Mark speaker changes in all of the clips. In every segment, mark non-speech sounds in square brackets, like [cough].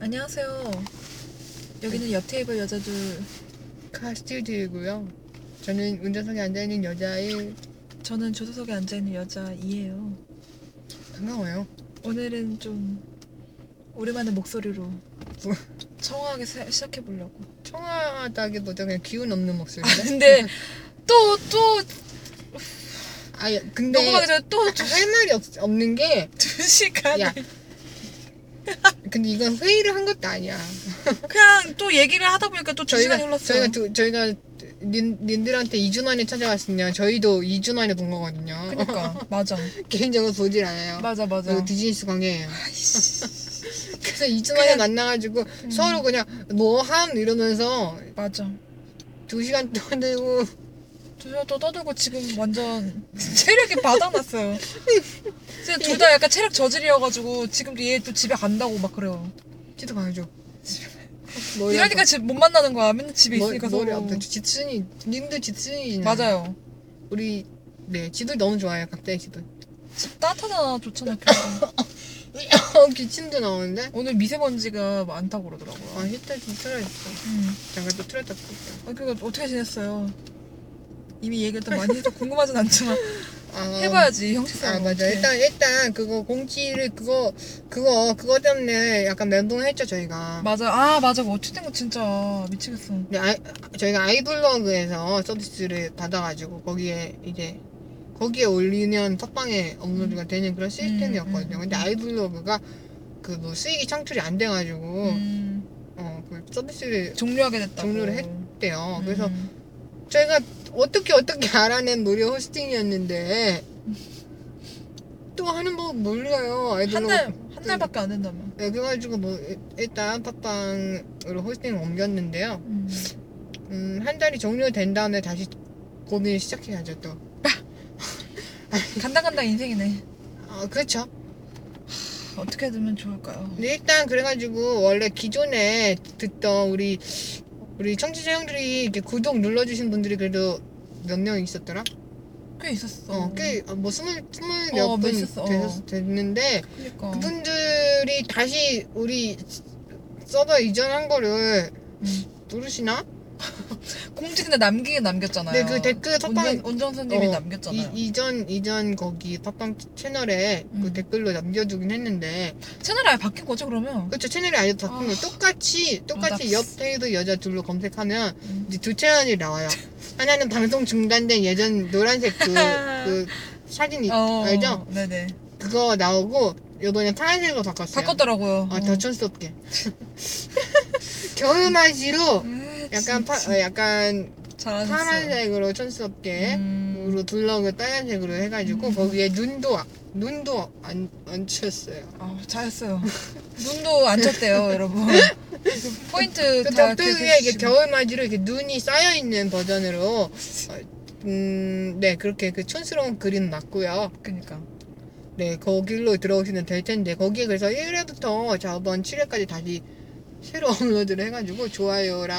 Speaker 1: 안녕하세요. 여기는
Speaker 2: 네.
Speaker 1: 옆 테이블 여자들
Speaker 2: 카스틸드이고요. 저는 운전석에 앉아있는 여자의
Speaker 1: 저는 조수석에 앉아 있는 여자 이예요.
Speaker 2: 반가워요.
Speaker 1: 오늘은 좀 오랜만에 목소리로 청아하게 세- 시작해보려고.
Speaker 2: 청아하다기보다 그냥 기운 없는 목소리.
Speaker 1: [laughs] 근데 또 또
Speaker 2: 아 야, 근데
Speaker 1: 녹음하기 전에 또두
Speaker 2: 할 말이 없, 없는 게
Speaker 1: 시간
Speaker 2: 야. 근데 이건 회의를 한 것도 아니야.
Speaker 1: 그냥 또 얘기를 하다 보니까 또 두 시간이
Speaker 2: 저희가
Speaker 1: 흘렀어요.
Speaker 2: 저희가 두, 저희가 닌, 님들한테 2주 만에 찾아왔으냐 저희도 2주 만에 본 거거든요. 어.
Speaker 1: 그니까 그러니까. 맞아
Speaker 2: [laughs] 개인적으로 보질 않아요.
Speaker 1: 맞아 맞아.
Speaker 2: 그리고 비즈니스 관계예요.
Speaker 1: 아이씨,
Speaker 2: 그래서 2주 만에
Speaker 1: 그냥- 음.
Speaker 2: 만나가지고 서로 그냥 뭐함 이러면서
Speaker 1: 맞아.
Speaker 2: 2시간 동안 되고
Speaker 1: 두 시간 또 떠들고 지금 완전 체력이 바닥났어요. 진짜 둘 다 약간 체력 저질이어가지고 지금도 얘 또 집에 간다고 막 그래요.
Speaker 2: 지도 [laughs] 가야죠.
Speaker 1: 이러니까 집 못 만나는 거야. 맨날 집에
Speaker 2: 머-
Speaker 1: 있으니까
Speaker 2: 머리
Speaker 1: 서로.
Speaker 2: 아프다. 지순이 님도 지순이
Speaker 1: 맞아요.
Speaker 2: 우리 네 지들 너무 좋아요. 갑자기 지들. [laughs]
Speaker 1: 집 따뜻하잖아. 좋잖아. 겨울.
Speaker 2: 기침도 나오는데.
Speaker 1: 오늘 미세먼지가 많다고 그러더라고요.
Speaker 2: 아 히터 좀 틀어줬어.
Speaker 1: 음.
Speaker 2: 잠깐 또 틀었다 볼게.
Speaker 1: 아, 그거 어떻게 지냈어요? 이미 얘기를 또
Speaker 2: [laughs]
Speaker 1: 많이 해서 궁금하진 않지만
Speaker 2: 아,
Speaker 1: 해봐야지 형식상.
Speaker 2: 아 맞아. 일단 일단 그거 공지를 그거 그거 그거 때문에 약간 멘붕했죠 저희가.
Speaker 1: 맞아. 아 맞아. 그거 어떻게 된 거 진짜 미치겠어.
Speaker 2: 근데 아이- 저희가 아이블로그에서 서비스를 받아가지고 거기에 이제 거기에 올리면 팟빵에 업로드가 되는 그런 시스템이었거든요.
Speaker 1: 음,
Speaker 2: 근데 아이블로그가 그 뭐 수익이 창출이 안 돼가지고
Speaker 1: 음,
Speaker 2: 어, 그 서비스를
Speaker 1: 종료하게 됐다고.
Speaker 2: 종료를 했대요. 어, 그래서
Speaker 1: 음.
Speaker 2: 저희가 어떻게 어떻게 알아낸 무료 호스팅이었는데 또 하는 법 몰라요.
Speaker 1: 한
Speaker 2: 아이들로.
Speaker 1: 달, 한 달밖에 안 된다며.
Speaker 2: 네, 그래가지고 뭐 일- 일단 팟빵으로 호스팅을 옮겼는데요.
Speaker 1: 음.
Speaker 2: 음, 한 달이 종료된 다음에 다시 고민을 시작해야죠 또.
Speaker 1: 간당간당 인생이네.
Speaker 2: 아, 그렇죠.
Speaker 1: 어떻게 되면 좋을까요?
Speaker 2: 근데 일단 그래가지고 원래 기존에 듣던 우리 우리 청취자 형들이 이렇게 구독 눌러주신 분들이 그래도 몇 명 있었더라?
Speaker 1: 꽤 있었어.
Speaker 2: 어, 꽤, 어, 뭐, 스물, 스물
Speaker 1: 어,
Speaker 2: 몇분
Speaker 1: 몇이었어.
Speaker 2: 되셨, 됐는데,
Speaker 1: 그러니까.
Speaker 2: 그분들이 다시 우리 서버 이전한 거를
Speaker 1: 음.
Speaker 2: 누르시나?
Speaker 1: 공지 근데 남기긴 남겼잖아요.
Speaker 2: 네, 그 댓글 팟빵,
Speaker 1: 운전, 운전수님이
Speaker 2: 어,
Speaker 1: 남겼잖아요.
Speaker 2: 이, 전 이전 거기 팟빵 채널에
Speaker 1: 음.
Speaker 2: 그 댓글로 남겨두긴 했는데,
Speaker 1: 채널이 아예 바뀐 거죠 그러면?
Speaker 2: 그쵸, 채널이 아예 바꾼 거. 똑같이,
Speaker 1: 나-
Speaker 2: 똑같이 옆 테이블 여자 둘로 검색하면
Speaker 1: 음.
Speaker 2: 이제 두 채널이 나와요. 하나는 방송 중단된 예전 노란색 그,
Speaker 1: [laughs]
Speaker 2: 그 사진, 이
Speaker 1: 아, 어,
Speaker 2: 알죠?
Speaker 1: 네네.
Speaker 2: 그거 나오고, 요번에 파란색으로 바꿨어요.
Speaker 1: 바꿨더라고요.
Speaker 2: 아,
Speaker 1: 어.
Speaker 2: 다촌스럽게. [laughs] 겨울 맛이로
Speaker 1: 에이,
Speaker 2: 약간 파,
Speaker 1: 음, 진짜
Speaker 2: 어, 약간
Speaker 1: 잘하셨어요.
Speaker 2: 파란색으로 촌스럽게
Speaker 1: 음,
Speaker 2: 으로 둘러그 빨간색으로 해가지고
Speaker 1: 음.
Speaker 2: 거기에 눈도 아- 눈도 안, 안 쳤어요.
Speaker 1: 아,
Speaker 2: [laughs]
Speaker 1: 잘했어요. 눈도 안 쳤대요 여러분. 그 포인트
Speaker 2: 그
Speaker 1: 다
Speaker 2: 덕분에 이게
Speaker 1: 기억해주시고.
Speaker 2: 겨울 맞이로 이렇게 눈이 쌓여 있는 버전으로 어, 음, 네 그렇게 그 촌스러운 그림 맞고요.
Speaker 1: 그러니까.
Speaker 2: 네 거길로 들어오시면 될 텐데 거기에 그래서 1회부터 저번 7회까지 다시 새로 [laughs] 업로드를 해가지고 좋아요랑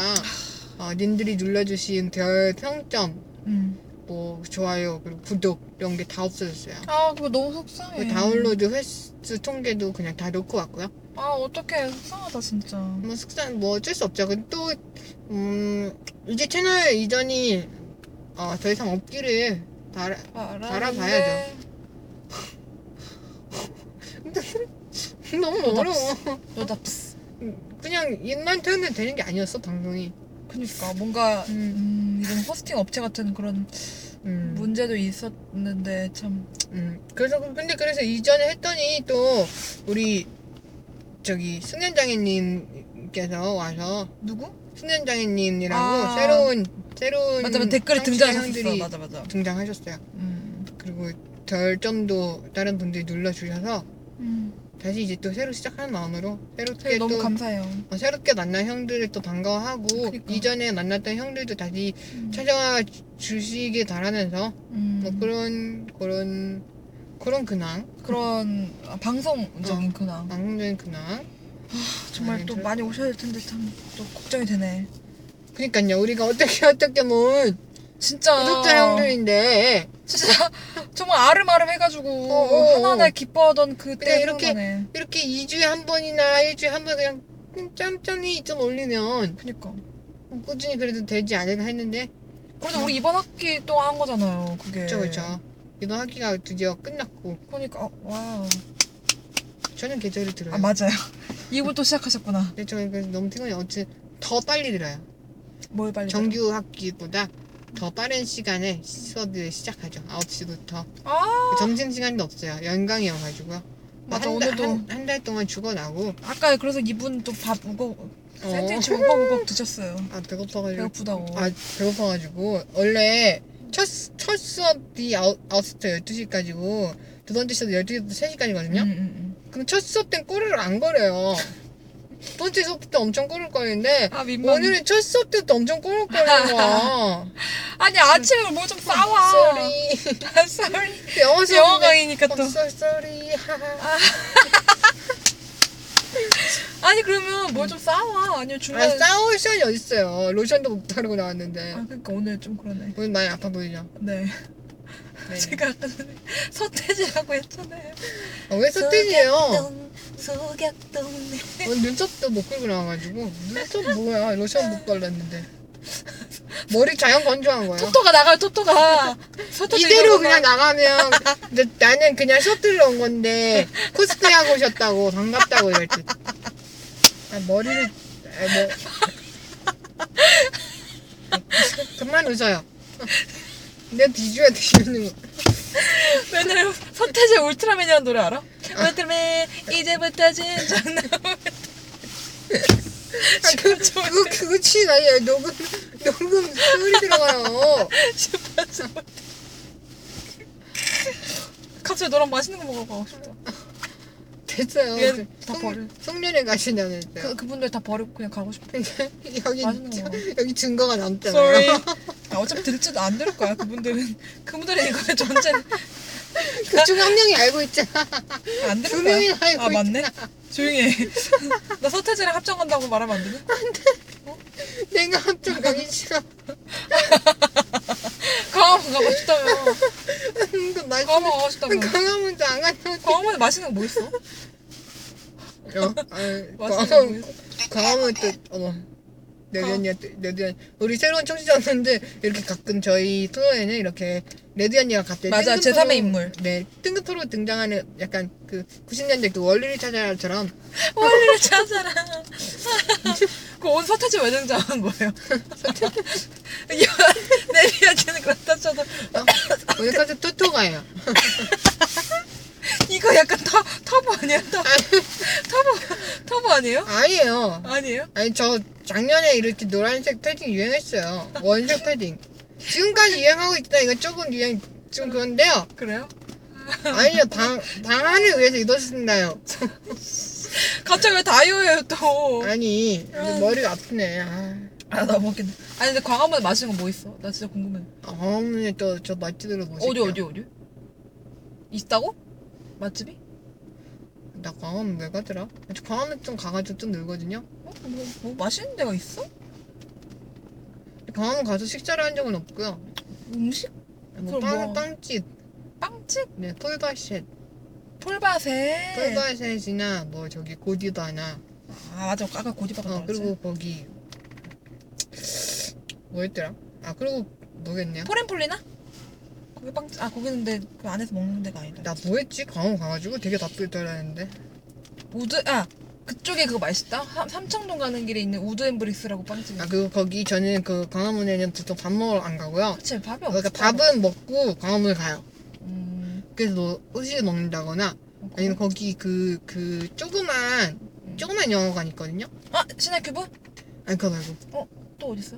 Speaker 2: 어, 님들이 눌러주신 별 평점
Speaker 1: 음.
Speaker 2: 뭐 좋아요 그리고 구독 이런 게 다 없어졌어요.
Speaker 1: 아 그거 너무 속상해.
Speaker 2: 그 다운로드 횟수 통계도 그냥 다 놓고 왔고요.
Speaker 1: 아 어떡해 속상하다 진짜.
Speaker 2: 뭐 숙산 뭐 어쩔 수 없죠. 근데 또 음, 이제 채널 이전이 어, 더 이상 없기를 바라. [laughs] 알아봐야죠. 너무 어려워.
Speaker 1: 여답스.
Speaker 2: 그냥 입만 태우면 되는 게 아니었어 방송이.
Speaker 1: 그러니까 뭔가
Speaker 2: 음,
Speaker 1: 음, 이런 호스팅 업체 같은 그런
Speaker 2: 음.
Speaker 1: 문제도 있었는데 참
Speaker 2: 음, 그래서 그- 근데 그래서 이전에 했더니 또 우리 저기 숙련장애님께서 와서
Speaker 1: 누구?
Speaker 2: 숙련장애님이라고
Speaker 1: 아.
Speaker 2: 새로운 새로운
Speaker 1: 맞아 맞아 댓글에
Speaker 2: 청취자
Speaker 1: 등장하셨어
Speaker 2: 형들이
Speaker 1: 맞아 맞아.
Speaker 2: 등장하셨어요.
Speaker 1: 음.
Speaker 2: 그리고 별점도 다른 분들이 눌러주셔서
Speaker 1: 음.
Speaker 2: 다시 이제 또 새로 시작하는 마음으로 새롭게
Speaker 1: 되게 너무
Speaker 2: 또
Speaker 1: 감사해요.
Speaker 2: 어, 새롭게 만난 형들을 또 반가워하고
Speaker 1: 그러니까.
Speaker 2: 이전에 만났던 형들도 다시
Speaker 1: 음.
Speaker 2: 찾아와 주시길 바라면서
Speaker 1: 음.
Speaker 2: 뭐 그런 그런 그런 근황
Speaker 1: 그런 아,
Speaker 2: 어.
Speaker 1: 방송적인 근황
Speaker 2: 방송적인 근황
Speaker 1: 정말
Speaker 2: 아니,
Speaker 1: 또
Speaker 2: 저-
Speaker 1: 많이 오셔야 될 텐데 참 또 걱정이 되네
Speaker 2: 그러니까요 우리가 어떻게 어떻게 뭐
Speaker 1: 진짜
Speaker 2: 구독자 형들인데
Speaker 1: 진짜 [laughs] 정말 아름아름 해가지고
Speaker 2: 어, 어, 어.
Speaker 1: 하나하나 기뻐하던 그때
Speaker 2: 그냥 이렇게
Speaker 1: 생각나네.
Speaker 2: 이렇게 2주에 한 번이나 일주에 한 번 그냥 짬짬이 좀 올리면
Speaker 1: 그니까.
Speaker 2: 꾸준히 그래도 되지 않을까 했는데
Speaker 1: 그래도 우리 이번 학기 동안 한 거잖아요. 그게.
Speaker 2: 음. 그쵸 그쵸
Speaker 1: 네.
Speaker 2: 이번 학기가 드디어 끝났고
Speaker 1: 그러니까 어, 와.
Speaker 2: 네. 저는 계절을 들어요
Speaker 1: 아 맞아요. [laughs] 이분 또 시작하셨구나.
Speaker 2: 근데 저는 그래서 너무 피곤해요 어쨌든 더 빨리 들어요
Speaker 1: 뭘 빨리.
Speaker 2: 정규 학기보다 더 빠른 시간에 수업을 시작하죠 9시부터
Speaker 1: 들어. 아
Speaker 2: 점심시간도 없어요 연강이어가지고요
Speaker 1: 맞아
Speaker 2: 뭐 한
Speaker 1: 오늘도
Speaker 2: 한 달 동안 죽어나고
Speaker 1: 아까 그래서 이분 또 밥 우거
Speaker 2: 어.
Speaker 1: 샌드위치 우거우거 드셨어요.
Speaker 2: 아 배고파가지고
Speaker 1: 배고프다고.
Speaker 2: 아 배고파가지고 원래 첫, 수- 첫 수업이 아웃, 아웃스터 12시까지고 두 번째 수업 12시부터 3시까지거든요
Speaker 1: 음, 음, 음.
Speaker 2: 근데 첫 수업 땐 꼬르륵 안 [laughs] 거려요 두 번째 수업 때 엄청 꼬르륵 거리는데
Speaker 1: 아 민망.
Speaker 2: 오늘은 첫 수업 때도 엄청 꼬르륵 거리는 거야
Speaker 1: 아니 [laughs] 아침에 뭘 좀 싸와.
Speaker 2: 쏘리
Speaker 1: 아, sorry.
Speaker 2: 영어 수업인데
Speaker 1: 영어 강의니까 또. 아,
Speaker 2: 어, 쏘- [laughs] 쏘리 하하
Speaker 1: 아니 그러면 뭘 좀 싸와. 아니면
Speaker 2: 아,
Speaker 1: 중간에.
Speaker 2: 싸울 시간이 어딨어요 로션도 못 바르고 나왔는데
Speaker 1: 아 그러니까 오늘 좀 그러네.
Speaker 2: 오늘 많이 아파 보이죠?
Speaker 1: 네.
Speaker 2: 네.
Speaker 1: 제가 아까 전에 서태지라고 했잖아요.
Speaker 2: 아, 왜 서태지예요?
Speaker 1: 소격동네.
Speaker 2: 오늘 눈썹도 못 긁고 나와가지고 눈썹 뭐야 로션 못 발랐는데 머리 자연 건조한 거야
Speaker 1: 토토가 나가요 토토가. 뭐 서태지
Speaker 2: 이대로
Speaker 1: 이러고
Speaker 2: 그냥
Speaker 1: 나- [laughs]
Speaker 2: 나가면 근데 나는 그냥 수업 들으러 온 건데 코스프레 하고 오셨다고 반갑다고 이럴 듯 아, 머리를 아, 뭐. 그만 웃어요 내 비주얼 뭐. 드시는 거
Speaker 1: 왜냐면 서태지 울트라맨이라는 노래 알아? 울트라맨 이제부터 진짜 [laughs] 나오면 지금 좀
Speaker 2: 아, 그거 그거 치지 마요 녹음 녹음 소리 들어가요
Speaker 1: 싶어서 갑자기 너랑 맛있는 거 먹어가고 싶다.
Speaker 2: 됐어요
Speaker 1: 얘는
Speaker 2: 그
Speaker 1: 다
Speaker 2: 송-
Speaker 1: 버려.
Speaker 2: 송년회 가신다는
Speaker 1: 그 그분들 다 버리고 그냥 가고 싶어.
Speaker 2: [laughs] 여기
Speaker 1: 맛있는 거 먹어.
Speaker 2: 여기 증거가 남잖아요.
Speaker 1: Sorry. 아, 어차피 들지도 안 들을 거야. 그분들은 [laughs] 그분들은 이거에 전체
Speaker 2: 그중 한 명이 알고 있잖아.
Speaker 1: 안 들을 거야.
Speaker 2: 두 명이 알고
Speaker 1: 아 맞네. 조용히 해. [laughs] 나 서태지랑 합정한다고 말하면 안 되니?
Speaker 2: 내가 합정 가기 싫어.
Speaker 1: 강화문 가고 싶다며.
Speaker 2: 그나
Speaker 1: 강화문 가고 싶다며.
Speaker 2: 강화문도 안 가냐고.
Speaker 1: 강화문에 맛있는 거 뭐 있어?
Speaker 2: 어, 아유,
Speaker 1: 맛있는 거
Speaker 2: 광화문
Speaker 1: 뭐 있어?
Speaker 2: 광화문 또 어머. 레드언니 레드언니 우리 새로운 청취자분들 이렇게 가끔 저희 토론에는 이렇게 레드언니가 갑자기
Speaker 1: 맞아,
Speaker 2: 뜬금포로-
Speaker 1: 제3의 인물.
Speaker 2: 네 뜬금포로 등장하는 약간 그 90년대 그 원리를 찾아라처럼
Speaker 1: [laughs] 원리를 찾아라. 그 오늘 서태지 왜 등장한 거예요? [laughs] 내리한테는 그렇다 쳐도
Speaker 2: 어?
Speaker 1: [laughs]
Speaker 2: 오늘까지 토토가예요.
Speaker 1: 이거 약간 터, 터보 아니야? 터, 터보 터보 아니에요?
Speaker 2: 아니에요.
Speaker 1: 아니에요?
Speaker 2: 아니 저 작년에 이렇게 노란색 패딩 유행했어요. 원색 패딩. 지금까지 유행하고 있다. 이거 조금 유행 좀 그런데요.
Speaker 1: 그래요?
Speaker 2: 아니요 방 방안을 위해서 이었습니다요
Speaker 1: 갑자기 왜 다이어예요 또?
Speaker 2: 아니 이제 머리가 아프네. 아,
Speaker 1: 아 너무 웃긴다. 아니 근데 광화문에 맛있는 거 뭐 있어? 나 진짜 궁금해.
Speaker 2: 어머니 또저 맛집으로 보실게요.
Speaker 1: 어디 어디 어디? 있다고? 맛집이?
Speaker 2: 나 광화문 왜 가더라? 저 광화문 좀 가가지고 좀 놀거든요.
Speaker 1: 어? 뭐, 뭐 맛있는 데가 있어?
Speaker 2: 광화문 가서 식사를 한 적은 없고요.
Speaker 1: 음식?
Speaker 2: 뭐
Speaker 1: 그럼
Speaker 2: 빵,
Speaker 1: 뭐?
Speaker 2: 빵집,
Speaker 1: 빵집?
Speaker 2: 네 폴바셋,
Speaker 1: 폴바세.
Speaker 2: 폴바셋이나 뭐 저기 고디바나
Speaker 1: 아 맞아 아까 고디바가
Speaker 2: 어,
Speaker 1: 나왔지.
Speaker 2: 그리고 거기 뭐였더라? 아 그리고 뭐겠냐?
Speaker 1: 포렌폴리나? 거기 빵, 아 거기는데 그 안에서 먹는 데가 아니다.
Speaker 2: 나 뭐했지? 광원 가가지고 되게 나쁘더라는데
Speaker 1: 우드, 아 그쪽에 그거 맛있다. 삼, 삼청동 가는 길에 있는 우드 앤 브릭스라고 빵집이.
Speaker 2: 아
Speaker 1: 아,
Speaker 2: 그리고 거기 저는 그 광화문에는 보통 밥 먹으러 안 가고요
Speaker 1: 그치 밥이 없어.
Speaker 2: 그러니까 밥은 먹고 광화문을 가요
Speaker 1: 음,
Speaker 2: 그래서 뭐 음식을 먹는다거나
Speaker 1: 아니,
Speaker 2: 아니면 거기 그, 그 조그만 조그만 영화관 있거든요?
Speaker 1: 아 신의 큐브?
Speaker 2: 아니 그거 말고
Speaker 1: 또 어디 있어?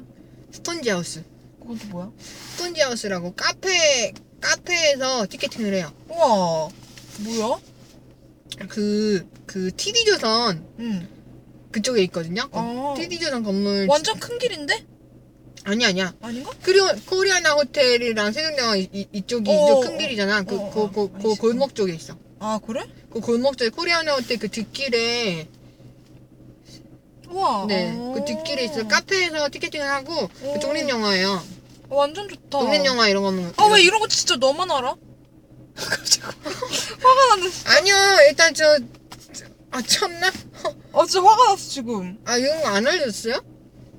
Speaker 2: 스톤지 하우스
Speaker 1: 그건 또 뭐야?
Speaker 2: 스톤지 하우스라고 카페 카페에서 티켓팅을 해요
Speaker 1: 우와 뭐야?
Speaker 2: 그, 그 TD조선
Speaker 1: 음.
Speaker 2: 그쪽에 있거든요
Speaker 1: 아
Speaker 2: TD조선 건물
Speaker 1: 완전 큰 길인데?
Speaker 2: 아니 아니야.
Speaker 1: 아닌가?
Speaker 2: 코리아, 코리아나 호텔이랑 세종대왕 이, 이, 이쪽이
Speaker 1: 어,
Speaker 2: 이쪽 큰 길이잖아. 그,
Speaker 1: 어,
Speaker 2: 그,
Speaker 1: 어,
Speaker 2: 그, 그
Speaker 1: 알겠어.
Speaker 2: 골목 쪽에 있어.
Speaker 1: 아 그래?
Speaker 2: 그 골목 쪽에 코리아나 호텔 그 뒷길에
Speaker 1: 우와.
Speaker 2: 네.
Speaker 1: 아.
Speaker 2: 그 뒷길에 있어. 카페에서 티켓팅을 하고 그
Speaker 1: 오.
Speaker 2: 독립 영화예요.
Speaker 1: 어, 완전 좋다.
Speaker 2: 독립 영화 이런 거는
Speaker 1: 아왜 이런 거 진짜 너만 알아? 갑자기 화가 나는데.
Speaker 2: 아니요. 일단 저, 저- 아 참나.
Speaker 1: 아 나 진짜 화가 났어 지금.
Speaker 2: 아 이런 거 안 알려줬어요?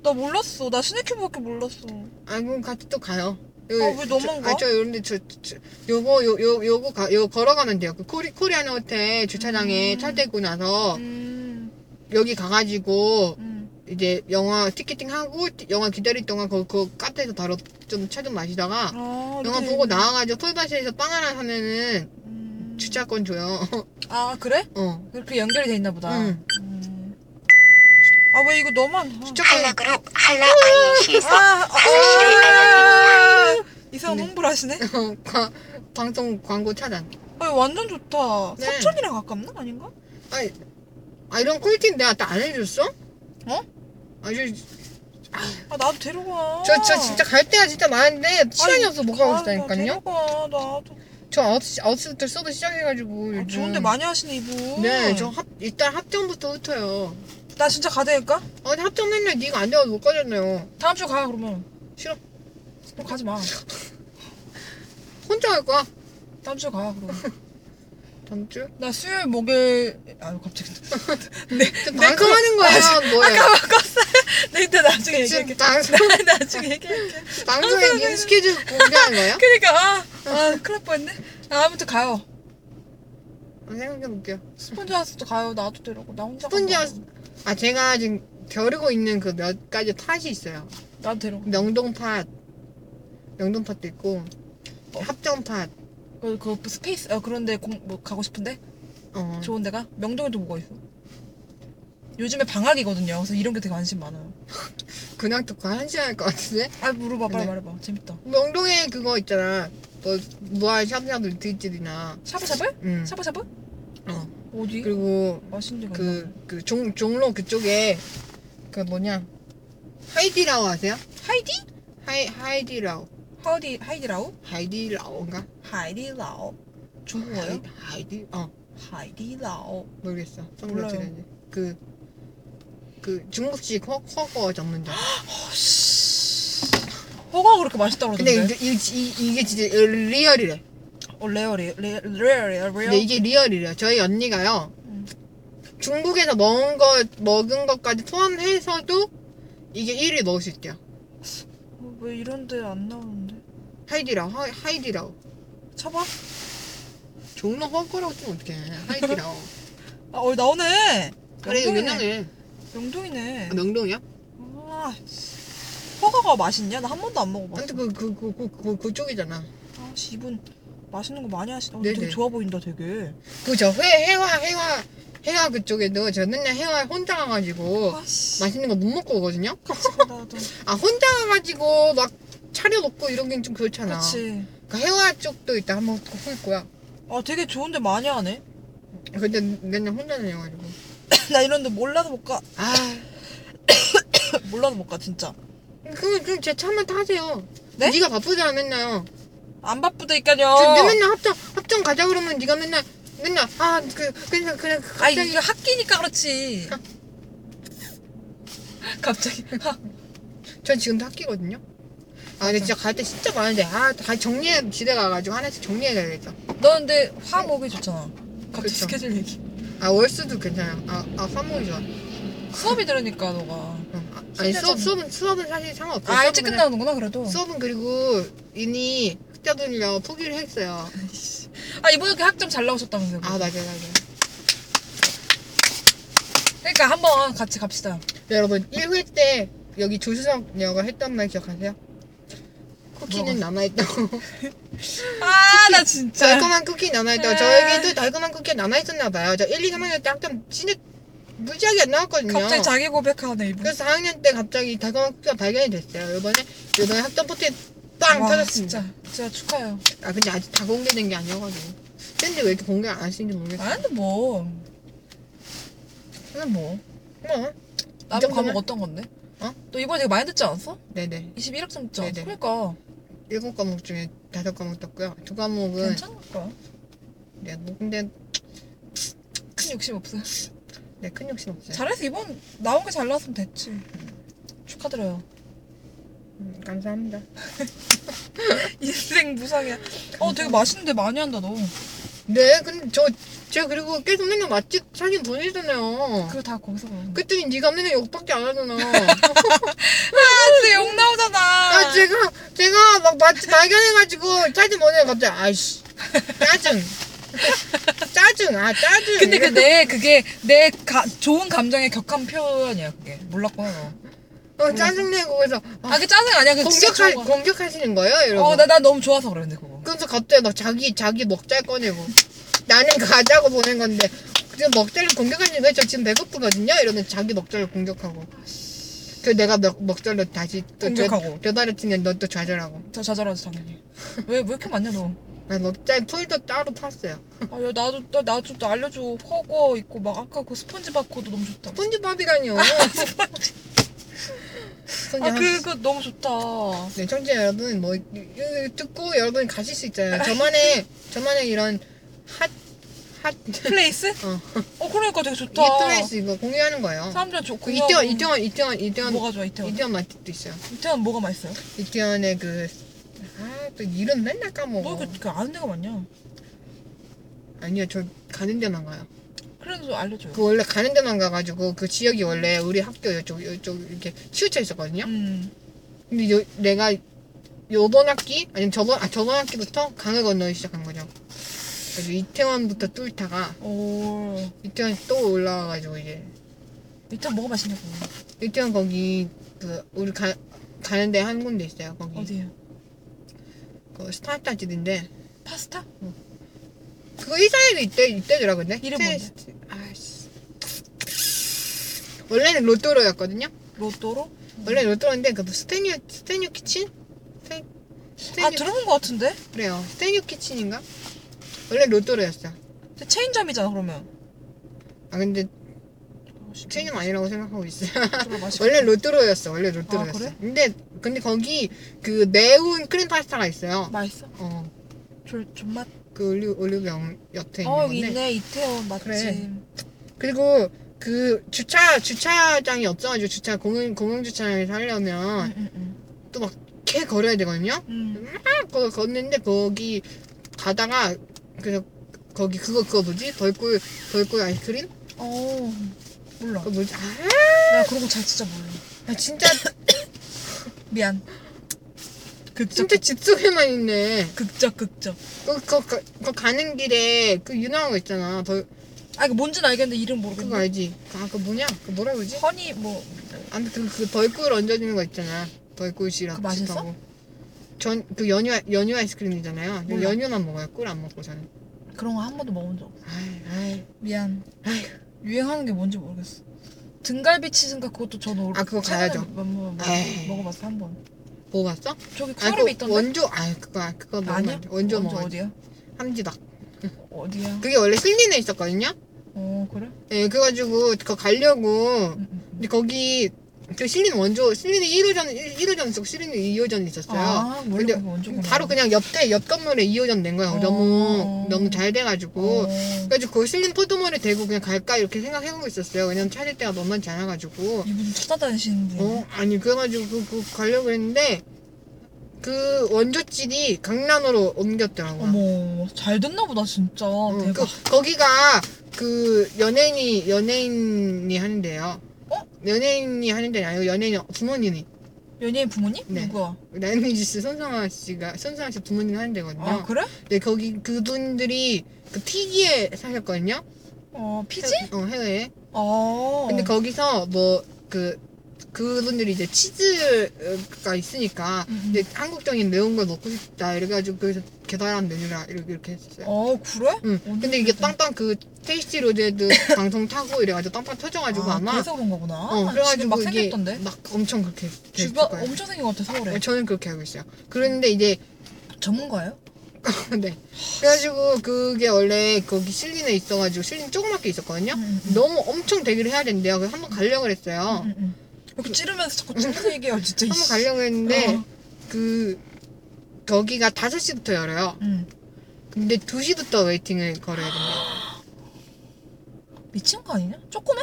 Speaker 1: 나 몰랐어. 나 스네큐브밖에 몰랐어.
Speaker 2: 아 그럼 같이 또 가요.
Speaker 1: 아, 왜 너만 가?
Speaker 2: 아저 이런데 저, 저 요거 요 요 요거 가 요거 걸어가면 돼요. 그 코리 코리안 호텔 주차장에
Speaker 1: 음.
Speaker 2: 차 대고 나서
Speaker 1: 음,
Speaker 2: 여기 가가지고
Speaker 1: 음,
Speaker 2: 이제 영화 티켓팅 하고 영화 기다릴 동안 그 그 카페에서 바로 좀 차 좀 마시다가
Speaker 1: 아,
Speaker 2: 영화
Speaker 1: 이렇게-
Speaker 2: 보고 나와가지고 톨바시에서 빵 하나 사면은
Speaker 1: 음.
Speaker 2: 주차권 줘요. [laughs]
Speaker 1: 아 그래?
Speaker 2: 어.
Speaker 1: 그렇게 연결이 돼 있나 보다. 음.
Speaker 2: 응.
Speaker 1: 아 왜 이거 너만? 아.
Speaker 2: 주차권.
Speaker 3: 한라그룹 한라
Speaker 2: 어,
Speaker 3: INC에서
Speaker 1: 아, 아, 아, 이상한
Speaker 2: 네.
Speaker 1: 홍보를
Speaker 2: [laughs]
Speaker 1: 하시네.
Speaker 2: 과- 어, 방송 광고 차단.
Speaker 1: 아, 완전 좋다.
Speaker 2: 네.
Speaker 1: 삼촌이랑 가깝나 아닌가?
Speaker 2: 아 이런 꿀팁 내가 다 안 해줬어?
Speaker 1: 어?
Speaker 2: 아저
Speaker 1: 아 나도 데려가.
Speaker 2: 저, 저 진짜 갈 때가 진짜 많은데 시간이
Speaker 1: 아니,
Speaker 2: 없어 못
Speaker 1: 아,
Speaker 2: 가고
Speaker 1: 나
Speaker 2: 있다니까요.
Speaker 1: 데려가 나도.
Speaker 2: 저 아웃시, 아웃시부터 써도 시작해가지고
Speaker 1: 아,
Speaker 2: 요즘.
Speaker 1: 좋은데 많이 음. 하시네 이분.
Speaker 2: 음. 네, 저 합, 일단 합정부터 흩어요.
Speaker 1: 나 진짜 가대니까?
Speaker 2: 아, 근데 합정 맨날 네가 안 돼가지고 못 가졌네요.
Speaker 1: 다음 주 가 그러면.
Speaker 2: 싫어.
Speaker 1: 어, 가지 마.
Speaker 2: 혼자 갈 거야.
Speaker 1: 다음 주 가 그럼.
Speaker 2: 다음 주.
Speaker 1: 나 수요일 목요일 아유 갑자기
Speaker 2: 네. 지금
Speaker 1: 내
Speaker 2: 방송하는 거야, 뭐예요?
Speaker 1: [laughs] 나 이따 나중에
Speaker 2: 지금
Speaker 1: 얘기할게. [laughs]
Speaker 2: 방송,
Speaker 1: 나 나중에 얘기할게.
Speaker 2: 방송 얘기 스케줄 공개한 거예요?
Speaker 1: 그러니까 아, 아 큰일 날 뻔했네. 아, 아무튼 가요.
Speaker 2: 한번 생각해볼게요.
Speaker 1: 스폰지 하우스도 가요. 나도 데려고. 나 혼자.
Speaker 2: 스폰지
Speaker 1: 가.
Speaker 2: 하우스- 아, 제가 지금 겨루고 있는 그 몇 가지 팟이 있어요.
Speaker 1: 나도 데려고.
Speaker 2: 명동 팟. 명동 팟도 있고,
Speaker 1: 어.
Speaker 2: 합정 팟.
Speaker 1: 그, 그 스페이스 어, 그런데 공, 뭐 가고 싶은데
Speaker 2: 어.
Speaker 1: 좋은 데가 명동에도 뭐가 있어? 요즘에 방학이거든요. 그래서 이런 게 되게 관심 많아요.
Speaker 2: 근황 토크 한 시간 할 것 같은데?
Speaker 1: 아 물어봐 빨리
Speaker 2: 네.
Speaker 1: 말해봐. 재밌다.
Speaker 2: 명동에 그거 있잖아. 뭐, 무알 샵샵 드집이나
Speaker 1: 샤브샤브?
Speaker 2: 음.
Speaker 1: 샤브샤브?
Speaker 2: 어.
Speaker 1: 어디?
Speaker 2: 그리고
Speaker 1: 맛있는 데가
Speaker 2: 그,
Speaker 1: 있나?
Speaker 2: 그 종, 종로 그쪽에 그 뭐냐. 하이디라오 아세요?
Speaker 1: 하이디?
Speaker 2: 하이, 하이디라오.
Speaker 1: 하이디 하이디라오?
Speaker 2: 하이디라오인가?
Speaker 1: 하이디라오. 중국어예요?
Speaker 2: 하이- 하이디? 어,
Speaker 1: 하이디라오.
Speaker 2: 모르겠어.
Speaker 1: 몰라요.
Speaker 2: 성별지는지 그, 그 중국식 허, 허거 전문점.
Speaker 1: 아, 허씨. 허가 그렇게 맛있다
Speaker 2: 근데
Speaker 1: 그러던데.
Speaker 2: 이게, 이, 이, 게 진짜 리얼이래.
Speaker 1: 어, 레어리 레어 레어 레어.
Speaker 2: 근데 이게 리얼이래요. 저희 언니가요.
Speaker 1: 음.
Speaker 2: 중국에서 먹은 거, 먹은 것까지 포함해서도 이게 1위 먹을 수 있대요.
Speaker 1: 어, 왜 이런데 안 나오는데?
Speaker 2: 하이디라오, 하, 하이디라오.
Speaker 1: 쳐봐.
Speaker 2: 종로 허거라고 쓰면 어떡해. 하이디라오.
Speaker 1: [laughs] 아, 어 나오네.
Speaker 2: 그래,
Speaker 1: 명동이네.
Speaker 2: 유명해.
Speaker 1: 명동이네.
Speaker 2: 아, 명동이야?
Speaker 1: 아, 허가가 맛있냐? 나 한 번도 안 먹어봤어.
Speaker 2: 근데 그, 그, 그, 그, 그, 그쪽이잖아.
Speaker 1: 아, 씨, 이분 맛있는 거 많이 하시다. 어,
Speaker 2: 네네.
Speaker 1: 되게 좋아 보인다, 되게.
Speaker 2: 그 저 회, 해화, 해화, 해화 그쪽에도 저 맨날 해화 혼자 가가지고
Speaker 1: 아, 씨.
Speaker 2: 맛있는 거 못 먹고 오거든요?
Speaker 1: 나도.
Speaker 2: 아, 혼자 가가지고 막 차려 먹고 이런 게 좀 그렇잖아.
Speaker 1: 그렇지.
Speaker 2: 그 해화 쪽도 이따 한번 볼 거야.
Speaker 1: 아, 되게 좋은데 많이 하네. [clears throat]
Speaker 2: 근데 맨날 혼자 다녀가지고.
Speaker 1: 나 이런데 몰라도 못 가. [clears throat]
Speaker 2: 아,
Speaker 1: 몰라도 못 가, 진짜.
Speaker 2: 그거 좀제 차만 타세요.
Speaker 1: 네? 어.
Speaker 2: 네가 바쁘잖아, 맨날.
Speaker 1: 안
Speaker 2: 저, 너
Speaker 1: 바쁘다니까요.
Speaker 2: 맨날 합정, 합정 가자 그러면 네가 맨날, 맨날, 아, 그, 그냥, 그냥,
Speaker 1: 아,
Speaker 2: 갑자기.
Speaker 1: 이게 학기니까 그렇지. [laughs] 갑자기. 아,
Speaker 2: 전 지금도 학기거든요. 아, 근데 진짜 갈 때 진짜 많은데, 아, 다 정리해, 집에 가가지고 하나씩 정리해야겠다.
Speaker 1: 너 근데 화목이 좋잖아. 갑자기
Speaker 2: 네. 그쵸.
Speaker 1: 스케줄 얘기.
Speaker 2: 아, 월수도 괜찮아요. 아, 아, 화목이 좋아.
Speaker 1: 수업이 들으니까, 너가.
Speaker 2: 응. 아, 아니, 수업, 수업은, 수업은 사실 상관없어요.
Speaker 1: 아, 일찍
Speaker 2: 수업은 그냥-
Speaker 1: 끝나는구나, 그래도.
Speaker 2: 수업은 그리고 이미 흑자들려 포기를 했어요.
Speaker 1: 아 이번에 그 학점 잘 나오셨다면서요?
Speaker 2: 아, 맞아, 맞아.
Speaker 1: 그러니까 한번 같이 갑시다.
Speaker 2: 여러분, 1회 때 여기 조수석녀가 했던 말 기억하세요? 쿠키는 남아있다고.
Speaker 1: [laughs] 아 나 진짜.
Speaker 2: 달콤한 쿠키 남아있다고.
Speaker 1: 아.
Speaker 2: 저에게도 달콤한 쿠키가 남아있었나봐요. 저 1, 2, 3학년 때 학점 진짜 무지하게 안 나왔거든요.
Speaker 1: 갑자기 자기 고백하네 이분.
Speaker 2: 그래서 4학년 때 갑자기 달콤한 쿠키가 발견이 됐어요. 이번에 이번에 학점 포트에 빵
Speaker 1: 와,
Speaker 2: 터졌습니다.
Speaker 1: 진짜. 진짜 축하해요.
Speaker 2: 아 근데 아직 다 공개된 게 아니어가지고. 근데 왜 이렇게 공개 안 하시는지 모르겠어.
Speaker 1: 아 근데 뭐. 근데 뭐.
Speaker 2: 뭐?
Speaker 1: 남번 과목 어떤 건데?
Speaker 2: 어?
Speaker 1: 너 이번에 되게 많이 듣지 않았어?
Speaker 2: 네네.
Speaker 1: 21학점 듣지 않았어?
Speaker 2: 네네.
Speaker 1: 그러니까
Speaker 2: 일곱 과목 중에 다섯 과목 떴고요. 두 과목은
Speaker 1: 괜찮을 거야.
Speaker 2: 네, 뭐 근데
Speaker 1: 큰 욕심 없어.
Speaker 2: 네, 큰 욕심 없어요.
Speaker 1: 잘해서 이번 나온 게 잘 나왔으면 됐지.
Speaker 2: [laughs]
Speaker 1: 축하드려요.
Speaker 2: 음, 감사합니다.
Speaker 1: 인생 무상이야. 어 되게 맛있는데 많이 한다 너.
Speaker 2: 네, 근데 저 제가 그리고 계속 맨날 맛집 사진 보내잖아요.
Speaker 1: 그거 다 거기서 보는 거야.
Speaker 2: 그랬더니 네가 맨날 욕밖에 안 하잖아.
Speaker 1: 근데 욕 나오잖아.
Speaker 2: 아 제가 제가 막 맛집 발견해가지고 짜증 뭐냐 갑자기 아이씨 짜증 짜증 아 짜증.
Speaker 1: 근데 그 내 그게 내 가, 좋은 감정의 격한 표현이야 그게 몰랐구나 너.
Speaker 2: 어, 짜증내고 그래서 아,
Speaker 1: 아그 짜증 아니야 그 진짜
Speaker 2: 공격하
Speaker 1: 좋은 거.
Speaker 2: 공격하시는 거예요 여러분.
Speaker 1: 어나 나 너무 좋아서 그랬는데 그거.
Speaker 2: 그래서 갑자기 막 자기 자기 먹잘 꺼내고 나는 가자고 보낸 건데 지금 먹잘을 공격하는 거예요. 저 지금 배고프거든요. 이러면 자기 먹잘을 공격하고. 그 내가 먹, 먹잘로 다시 또
Speaker 1: 공격하고.
Speaker 2: 려다를 치면 넌 또 좌절하고.
Speaker 1: 저 좌절하지 당연히. 왜왜 이렇게 많냐 너?
Speaker 2: 나 먹잘 풀도 따로 팠어요.
Speaker 1: 아 야 나도 나 나좀 알려줘. 허거 있고 막 아까 그 스펀지 바코도 너무 좋다.
Speaker 2: 스폰지밥이라니요.
Speaker 1: [laughs] 그 아
Speaker 2: 스폰지
Speaker 1: 그거 너무 좋다.
Speaker 2: 네, 청취자 여러분 뭐 이- 이- 듣고 여러분 가실 수 있잖아요. 저만의 저만의 이런 핫 핫.
Speaker 1: 플레이스?
Speaker 2: 어.
Speaker 1: 어 그러니까 되게 좋다.
Speaker 2: 이 플레이스 이거 공유하는 거예요.
Speaker 1: 사람들 좋고
Speaker 2: 그 이태원 이태원 이태원 이태원
Speaker 1: 뭐가 좋아 이태원?
Speaker 2: 이태원 맛집도 있어요.
Speaker 1: 이태원 뭐가 맛있어요?
Speaker 2: 이태원의 그, 아, 또 이름 맨날 까먹어.
Speaker 1: 너 그 아는 데가 많냐?
Speaker 2: 아니요, 저 가는 데만 가요.
Speaker 1: 그래도 알려줘요.
Speaker 2: 그 원래 가는 데만 가가지고 그 지역이 원래 우리 학교 이쪽, 이쪽 이렇게 치우쳐 있었거든요.
Speaker 1: 음.
Speaker 2: 근데 요, 내가 요번 학기, 아니 저번, 아, 저번 학기부터 강을 건너기 시작한 거죠. 그래서 이태원부터 뚫다가
Speaker 1: 오.
Speaker 2: 이태원 또 올라와가지고 이제
Speaker 1: 어. 이태원 뭐가 맛있냐고.
Speaker 2: 음. 이태원 거기 그 우리 가, 가는 데 한 군데 있어요. 거기
Speaker 1: 어디에요?
Speaker 2: 그 스타타 집인데
Speaker 1: 파스타?
Speaker 2: 그거 이사에도 이때 이때더라 근데
Speaker 1: 이름 뭔데?
Speaker 2: 아씨 원래는 로또로였거든요
Speaker 1: 로또로?
Speaker 2: 원래 로또로인데 그 스테뉴 스테뉴 키친 스테, 스테뉴
Speaker 1: 아 들어본 것 같은데?
Speaker 2: 그래요 스테뉴 키친인가 원래 로또로였어
Speaker 1: 근데 체인점이잖아 그러면.
Speaker 2: 아 근데 체인점 아니라고 생각하고 있어요 원래
Speaker 1: 원래 로.
Speaker 2: 로또로였어 원래 로또로였어
Speaker 1: 아, 그래?
Speaker 2: 근데 근데 거기 그 매운 크림 파스타가 있어요
Speaker 1: 맛있어?
Speaker 2: 어그 그
Speaker 1: 졸 존맛.
Speaker 2: 올리 올리브영 옆에 있는
Speaker 1: 어 여기
Speaker 2: 건데
Speaker 1: 있네 이태원 맛집. 음,
Speaker 2: 그래. 그리고 그 주차 주차장이 없어가지고 주차 공영 공영 주차장에서 하려면
Speaker 1: 응, 응, 응.
Speaker 2: 개 걸어야 되거든요.
Speaker 1: 음.
Speaker 2: 딱 거- 걷는데 거기 가다가 그래서 거기 그거 그거 뭐지? 벌꿀 벌꿀 아이스크림?
Speaker 1: 어 몰라.
Speaker 2: 그거 뭐지? 아,
Speaker 1: 나 그런 거 잘 진짜 몰라.
Speaker 2: 나 진짜
Speaker 1: 미안. 극적
Speaker 2: 진짜 집 속에만 있네.
Speaker 1: 극적 극적.
Speaker 2: 그거 그거, 가- 그거 가는 길에 그 유명한 거 있잖아. 벌
Speaker 1: 아 이거 뭔지는 알겠는데 이름
Speaker 2: 그거
Speaker 1: 모르겠네.
Speaker 2: 알지? 아 그거 뭐냐? 그 뭐라 그러지?
Speaker 1: 허니 뭐
Speaker 2: 아무튼 그 벌꿀 얹어주는 거 있잖아. 벌꿀 시럽
Speaker 1: 그거 맛있어?
Speaker 2: 전그 연유 아- 연유 아이스크림이잖아요.
Speaker 1: 몰라.
Speaker 2: 연유만 먹어요. 꿀 안 먹고 저는.
Speaker 1: 그런 거 한 번도 먹은 적 없어.
Speaker 2: 아이 아이
Speaker 1: 미안.
Speaker 2: 아이.
Speaker 1: 유행하는 게 뭔지 모르겠어. 등갈비 치즈인가 그것도 뭐, 저는
Speaker 2: 아, 그거 가야죠.
Speaker 1: 한번
Speaker 2: 에이.
Speaker 1: 먹어봤어 한 번.
Speaker 2: 먹어봤어?
Speaker 1: 저기
Speaker 2: 아니,
Speaker 1: 커럼에
Speaker 2: 그
Speaker 1: 있던데.
Speaker 2: 원조 아 그거 아, 그거 먹으면
Speaker 1: 아니야?
Speaker 2: 안 돼. 원조
Speaker 1: 먼저
Speaker 2: 먹어.
Speaker 1: 어디야?
Speaker 2: 함지덕.
Speaker 1: 어디야?
Speaker 2: 그게 원래 슬린에 있었거든요.
Speaker 1: 어 그래?
Speaker 2: 예, 그래가지고 그거 가려고
Speaker 1: 응, 응.
Speaker 2: 근데 거기 그 슬린 원조 슬린의 1호전 1, 호전 있었고 슬린의 2호전이 있었어요.
Speaker 1: 아 원래
Speaker 2: 근데
Speaker 1: 거기 원조구나.
Speaker 2: 바로 그냥 옆에 옆 건물에 2호전 낸 거예요.
Speaker 1: 어.
Speaker 2: 너무 너무 잘 돼가지고.
Speaker 1: 어.
Speaker 2: 그래가지고 그 슬린 포토몰에 대고 그냥 갈까 이렇게 생각해보고 있었어요. 왜냐면 찾을 데가 만만치 않아가지고.
Speaker 1: 이분 찾아다니시는 분.
Speaker 2: 어 아니 그래가지고 그, 그 가려고 했는데 그 원조집이 강남으로 옮겼더라고요.
Speaker 1: 어머 잘 됐나 보다 진짜
Speaker 2: 어,
Speaker 1: 대박.
Speaker 2: 그, 거기가 그 연예인이 연예인이 하는데요.
Speaker 1: 어?
Speaker 2: 연예인이 하는데 아니고 연예인 부모님이
Speaker 1: 연예인 부모님?
Speaker 2: 네.
Speaker 1: 누구야?
Speaker 2: 라이미지스 손성아 씨가 손성아 씨 부모님 하는 데거든요.
Speaker 1: 아 그래?
Speaker 2: 근데 거기 그분들이 그 피기에 사셨거든요.
Speaker 1: 어 피지?
Speaker 2: 해- 어 해외에.
Speaker 1: 어.
Speaker 2: 근데 그 거기서 뭐 그 그분들이 이제 치즈가 있으니까
Speaker 1: 음, 음.
Speaker 2: 이제 한국적인 매운 걸 먹고 싶다 이래가지고 거기서 개발한 메뉴라 이렇게 이렇게 했었어요.
Speaker 1: 어 그래?
Speaker 2: 응.
Speaker 1: 완전
Speaker 2: 근데 이게
Speaker 1: 그렇다.
Speaker 2: 빵빵 그
Speaker 1: [laughs]
Speaker 2: 테이스티 로제드 방송 타고 이래가지고 빵빵 터져가지고
Speaker 1: 아,
Speaker 2: 아, 마
Speaker 1: 그래서 그런 거구나.
Speaker 2: 어,
Speaker 1: 지금 막
Speaker 2: 그래가지고 이게
Speaker 1: 생겼던데.
Speaker 2: 막 엄청 그렇게 됐을
Speaker 1: 주변
Speaker 2: 거예요.
Speaker 1: 엄청 생긴 것 같아 서울에.
Speaker 2: 어, 저는 그렇게 알고 있어요. 그런데 이제 [laughs] 어.
Speaker 1: 전문가예요?
Speaker 2: 네. 그래가지고 그게 원래 거기 실린에 있어가지고 실린 조그맣게 있었거든요.
Speaker 1: 음, 음.
Speaker 2: 너무 엄청 대기를 해야 된대요. 그래서 한번 가려고 그랬어요.
Speaker 1: 응, 응. 이렇게 찌르면서 자꾸
Speaker 2: [laughs]
Speaker 1: 찌르면서 얘기해요 진짜.
Speaker 2: 한번 가려고 했는데
Speaker 1: 어.
Speaker 2: 그 거기가 5시부터 열어요.
Speaker 1: 응.
Speaker 2: 근데 2시부터 웨이팅을 걸어야 된대요.
Speaker 1: 미친 거 아니냐? 조그매?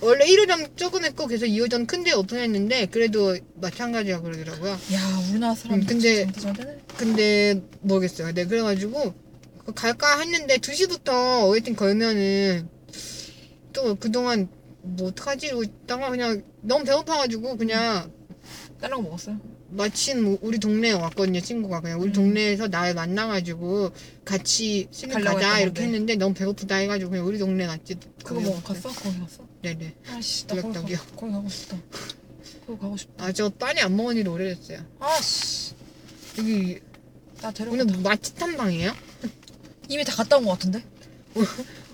Speaker 2: 원래 1호점 조금 했고 그래서 2호점 큰데 오픈했는데 그래도 마찬가지라고 그러더라고요.
Speaker 1: 야 우리나라 사람
Speaker 2: 음, 근데-
Speaker 1: 정도 잘 되네.
Speaker 2: 근데 모르겠어요. 네 그래가지고 갈까 했는데 2시부터 웨이팅 걸면은 또 그동안 뭐 어떡하지 이러고 있다가 그냥 너무 배고파가지고 그냥
Speaker 1: 다른 거 먹었어요?
Speaker 2: 마침 우리 동네에 왔거든요 친구가 그냥 우리
Speaker 1: 음.
Speaker 2: 동네에서 날 만나가지고 같이 슬림
Speaker 1: 가려고
Speaker 2: 가자
Speaker 1: 했던
Speaker 2: 이렇게
Speaker 1: 건데.
Speaker 2: 했는데 너무 배고프다 해가지고 그냥 우리 동네 뭐 갔지
Speaker 1: 그거 먹어 갔어? 거기 갔어?
Speaker 2: 네네
Speaker 1: 아씨 나 거기, 가,
Speaker 2: 블랙떡이요.
Speaker 1: 거기 가고 싶다 거기 가고 싶다
Speaker 2: 아 저 빠니 안 먹은 지도 오래됐어요
Speaker 1: 아씨
Speaker 2: 여기
Speaker 1: 나 데려가
Speaker 2: 오늘 맛집 탐방이에요? [laughs]
Speaker 1: 이미 다 갔다 온 거 같은데?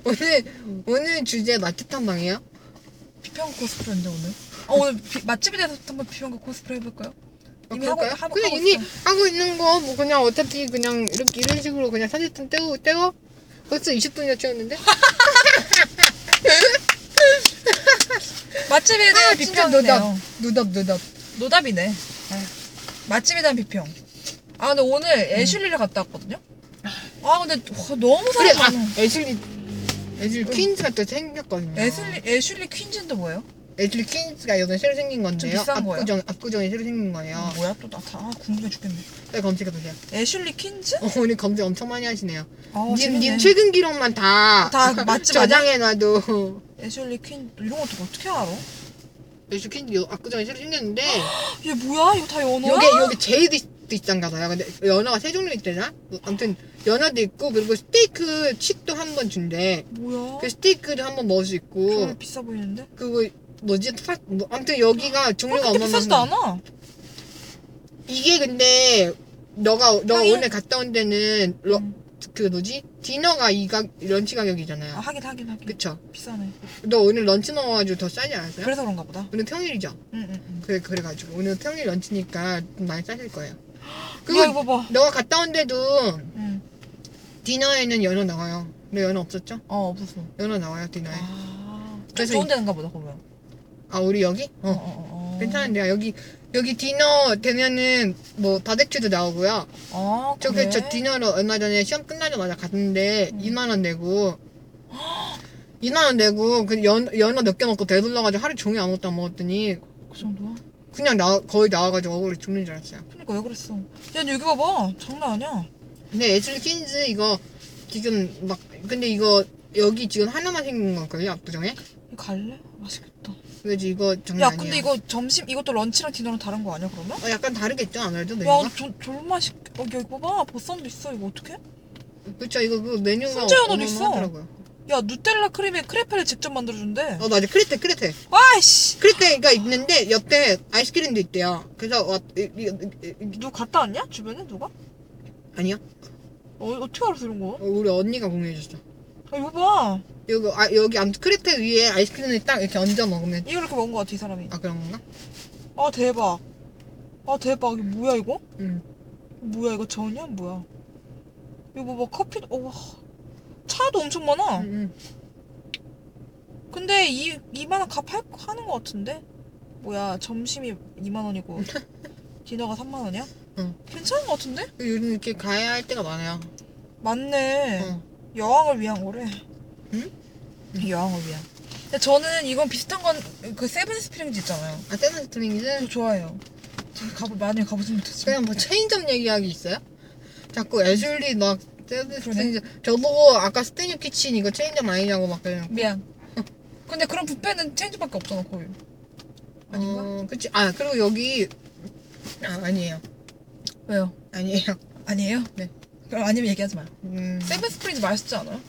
Speaker 2: 오늘 오늘 주제 맛집 탐방이에요?
Speaker 1: 비평 코스프레인데 오늘? 아 오늘 비, 맛집에 대해서 한번 비평 코스프레 해볼까요?
Speaker 2: 아,
Speaker 1: 이미 어, 하고
Speaker 2: 그럴까요?
Speaker 1: 하고
Speaker 2: 그냥
Speaker 1: 하고
Speaker 2: 이미
Speaker 1: 있어요.
Speaker 2: 하고 있는 거 뭐 그냥 어차피 그냥 이렇게 이런 식으로 그냥 사진통 떼고 떼고 벌써 20분이나 채웠는데
Speaker 1: 아, 맛집에 대한
Speaker 2: 아, 진짜
Speaker 1: 비평이네요
Speaker 2: 누덥 누덥
Speaker 1: 노답이네 에휴, 맛집에 대한 비평 아 근데 오늘 애슐리를 갔다 왔거든요? 아 근데 와, 너무
Speaker 2: 음. 그래
Speaker 1: 사람 많아
Speaker 2: 아 애슐리 애슐리 퀸즈가 또 생겼거든요
Speaker 1: 애슐리, 애슐리 퀸즈는 뭐예요?
Speaker 2: 애슐리 퀸즈가 요즘 새로 생긴 건데요
Speaker 1: 비싼 거예요?
Speaker 2: 압구정, 압구정이 새로 생긴 거예요
Speaker 1: 아, 뭐야 또 나타 아, 궁금해 죽겠네
Speaker 2: 빨리 검색해보세요
Speaker 1: 애슐리 퀸즈?
Speaker 2: 어, 오늘 검색 엄청 많이 하시네요
Speaker 1: 아
Speaker 2: 님, 님
Speaker 1: 재밌네
Speaker 2: 최근 기록만 다,
Speaker 1: 다 맛집 아니야?
Speaker 2: 저장해놔도
Speaker 1: [laughs] 애슐리 퀸 이런 것도 어떻게 알아?
Speaker 2: 애슐리 퀸즈 요 압구정이 새로 생겼는데
Speaker 1: 어, 얘 뭐야? 이거 다 연어야?
Speaker 2: 요게 요게 제이도 있단가 봐요. 근데 연어가 세 종류 있대나? 뭐 아무튼 연어도 있고 그리고 스테이크 칩도 한 번 준대.
Speaker 1: 뭐야?
Speaker 2: 그 스테이크를 한 번 먹을 수 있고
Speaker 1: 별로 비싸 보이는데?
Speaker 2: 그리고 뭐지? 파, 뭐 아무튼 여기가 종류가
Speaker 1: 그렇게 비싸지도
Speaker 2: 어마어마.
Speaker 1: 않아
Speaker 2: 이게 근데 너가 너
Speaker 1: 하긴.
Speaker 2: 오늘 갔다 온 데는 러,
Speaker 1: 음.
Speaker 2: 그 뭐지? 디너가 이가 런치 가격이잖아요.
Speaker 1: 아, 하긴 하긴 하긴
Speaker 2: 그쵸?
Speaker 1: 비싸네
Speaker 2: 너 오늘 런치 먹어가지고 더 싸지 않았어요?
Speaker 1: 그래서 그런가 보다
Speaker 2: 오늘 평일이죠. 음,
Speaker 1: 응응응
Speaker 2: 그래 그래가지고 오늘 평일 런치니까 좀 많이 싸질
Speaker 1: [gasps]
Speaker 2: 거예요.
Speaker 1: 이거
Speaker 2: 그리고
Speaker 1: 이거 봐
Speaker 2: 너가 갔다 온 데도
Speaker 1: 응.
Speaker 2: 디너에는 연어 나와요. 근데 연어 없었죠?
Speaker 1: 어 없었어
Speaker 2: 연어 나와요 디너에. 아,
Speaker 1: 아, 좀
Speaker 2: 그래서
Speaker 1: 좋은 데인가 보다 그러면
Speaker 2: 우리 여기? 어.
Speaker 1: 어어어
Speaker 2: 괜찮은데요. 여기 여기 디너 되면은 뭐 바베큐도 나오고요.
Speaker 1: 아
Speaker 2: 저기
Speaker 1: 그래?
Speaker 2: 저 디너로 얼마 전에 시험 끝나자마자 갔는데
Speaker 1: 음.
Speaker 2: 2만 원 내고 2만 원 내고 그 연, 연어 몇 개 먹고 배불러가지고 하루 종일 아무것도 안 먹었더니
Speaker 1: 그 정도야?
Speaker 2: 그냥 나 거의 나와가지고 얼굴이 죽는 줄 알았어요.
Speaker 1: 그러니까 왜 그랬어 야 근데 여기 봐봐 장난 아니야
Speaker 2: 근데 애슐리 퀸즈 이거 지금 막 근데 이거 여기 지금 하나만 생긴 걸걸요 압구정에?
Speaker 1: 이거 갈래? 맛있겠다
Speaker 2: 그래서 이거 장난
Speaker 1: 야
Speaker 2: 아니에요.
Speaker 1: 근데 이거 점심 이것도 런치랑 디너랑 다른 거 아니야 그러면?
Speaker 2: 어, 약간 다르겠죠 아무래도
Speaker 1: 야,
Speaker 2: 메뉴가?
Speaker 1: 근데 졸- 졸맛이. 어, 야, 이거 봐. 보쌈도 있어. 이거 어떡해?
Speaker 2: 그쵸 이거 그 메뉴가
Speaker 1: 순자 연어도 있어.
Speaker 2: 어마어마하더라고요.
Speaker 1: 야, 누텔라 크림에 크레페를 직접 만들어준대.
Speaker 2: 어 맞아 크레테 크레테
Speaker 1: 아이씨.
Speaker 2: 크레테가 있는데 옆에 아이스크림도 있대요. 그래서 와, 이, 이, 이, 이,
Speaker 1: 누 갔다 왔냐? 주변에 누가?
Speaker 2: 아니요
Speaker 1: 어, 어떻게 알았어, 이런 거?
Speaker 2: 어, 우리 언니가 공유해줬어.
Speaker 1: 아, 이거 봐.
Speaker 2: 여기 아 여기 아무튼 크레테 위에 아이스크림을 딱 이렇게 얹어 먹으면
Speaker 1: 이걸 이렇게 먹은 거 같아, 이 사람이.
Speaker 2: 아 그런 건가?
Speaker 1: 아, 대박. 아, 대박. 이거 뭐야, 이거?
Speaker 2: 응.
Speaker 1: 뭐야, 이거 전이야? 뭐야? 이거 봐, 커피, 어, 와. 차도 엄청 많아.
Speaker 2: 응, 응.
Speaker 1: 근데 이, 2만원 값할 하는 거 같은데? 뭐야, 점심이
Speaker 2: [laughs]
Speaker 1: 2만원이고. 디너가 3만원이야?
Speaker 2: 응.
Speaker 1: 괜찮은 거 같은데?
Speaker 2: 그 요즘 이렇게 가야 할 때가 많아요.
Speaker 1: 맞네.
Speaker 2: 어.
Speaker 1: 여왕을 위한 거래.
Speaker 2: 응?
Speaker 1: 여왕을 위한. 근데 저는 이건 비슷한 건 그 세븐 스프링즈 있잖아요.
Speaker 2: 아 세븐 스프링즈
Speaker 1: 저 좋아해요. 저 가보 많이 가보지 못했지만.
Speaker 2: 그냥 뭐 체인점 얘기하기 있어요? 자꾸 애슐리 막 세븐 스프링즈 저보고 아까 스테뉴 키친 이거 체인점 아니냐고 막 그래요.
Speaker 1: 미안. 근데 그런 뷔페는 체인지밖에 없잖아 거의. 아닌가?
Speaker 2: 어, 그치. 아, 그리고 여기. 아, 아니에요.
Speaker 1: 왜요?
Speaker 2: 아니에요.
Speaker 1: 아니에요?
Speaker 2: 네.
Speaker 1: 그럼 아니면 얘기하지 마요.
Speaker 2: 음.
Speaker 1: 세븐 스프링즈 맛있지 않아요?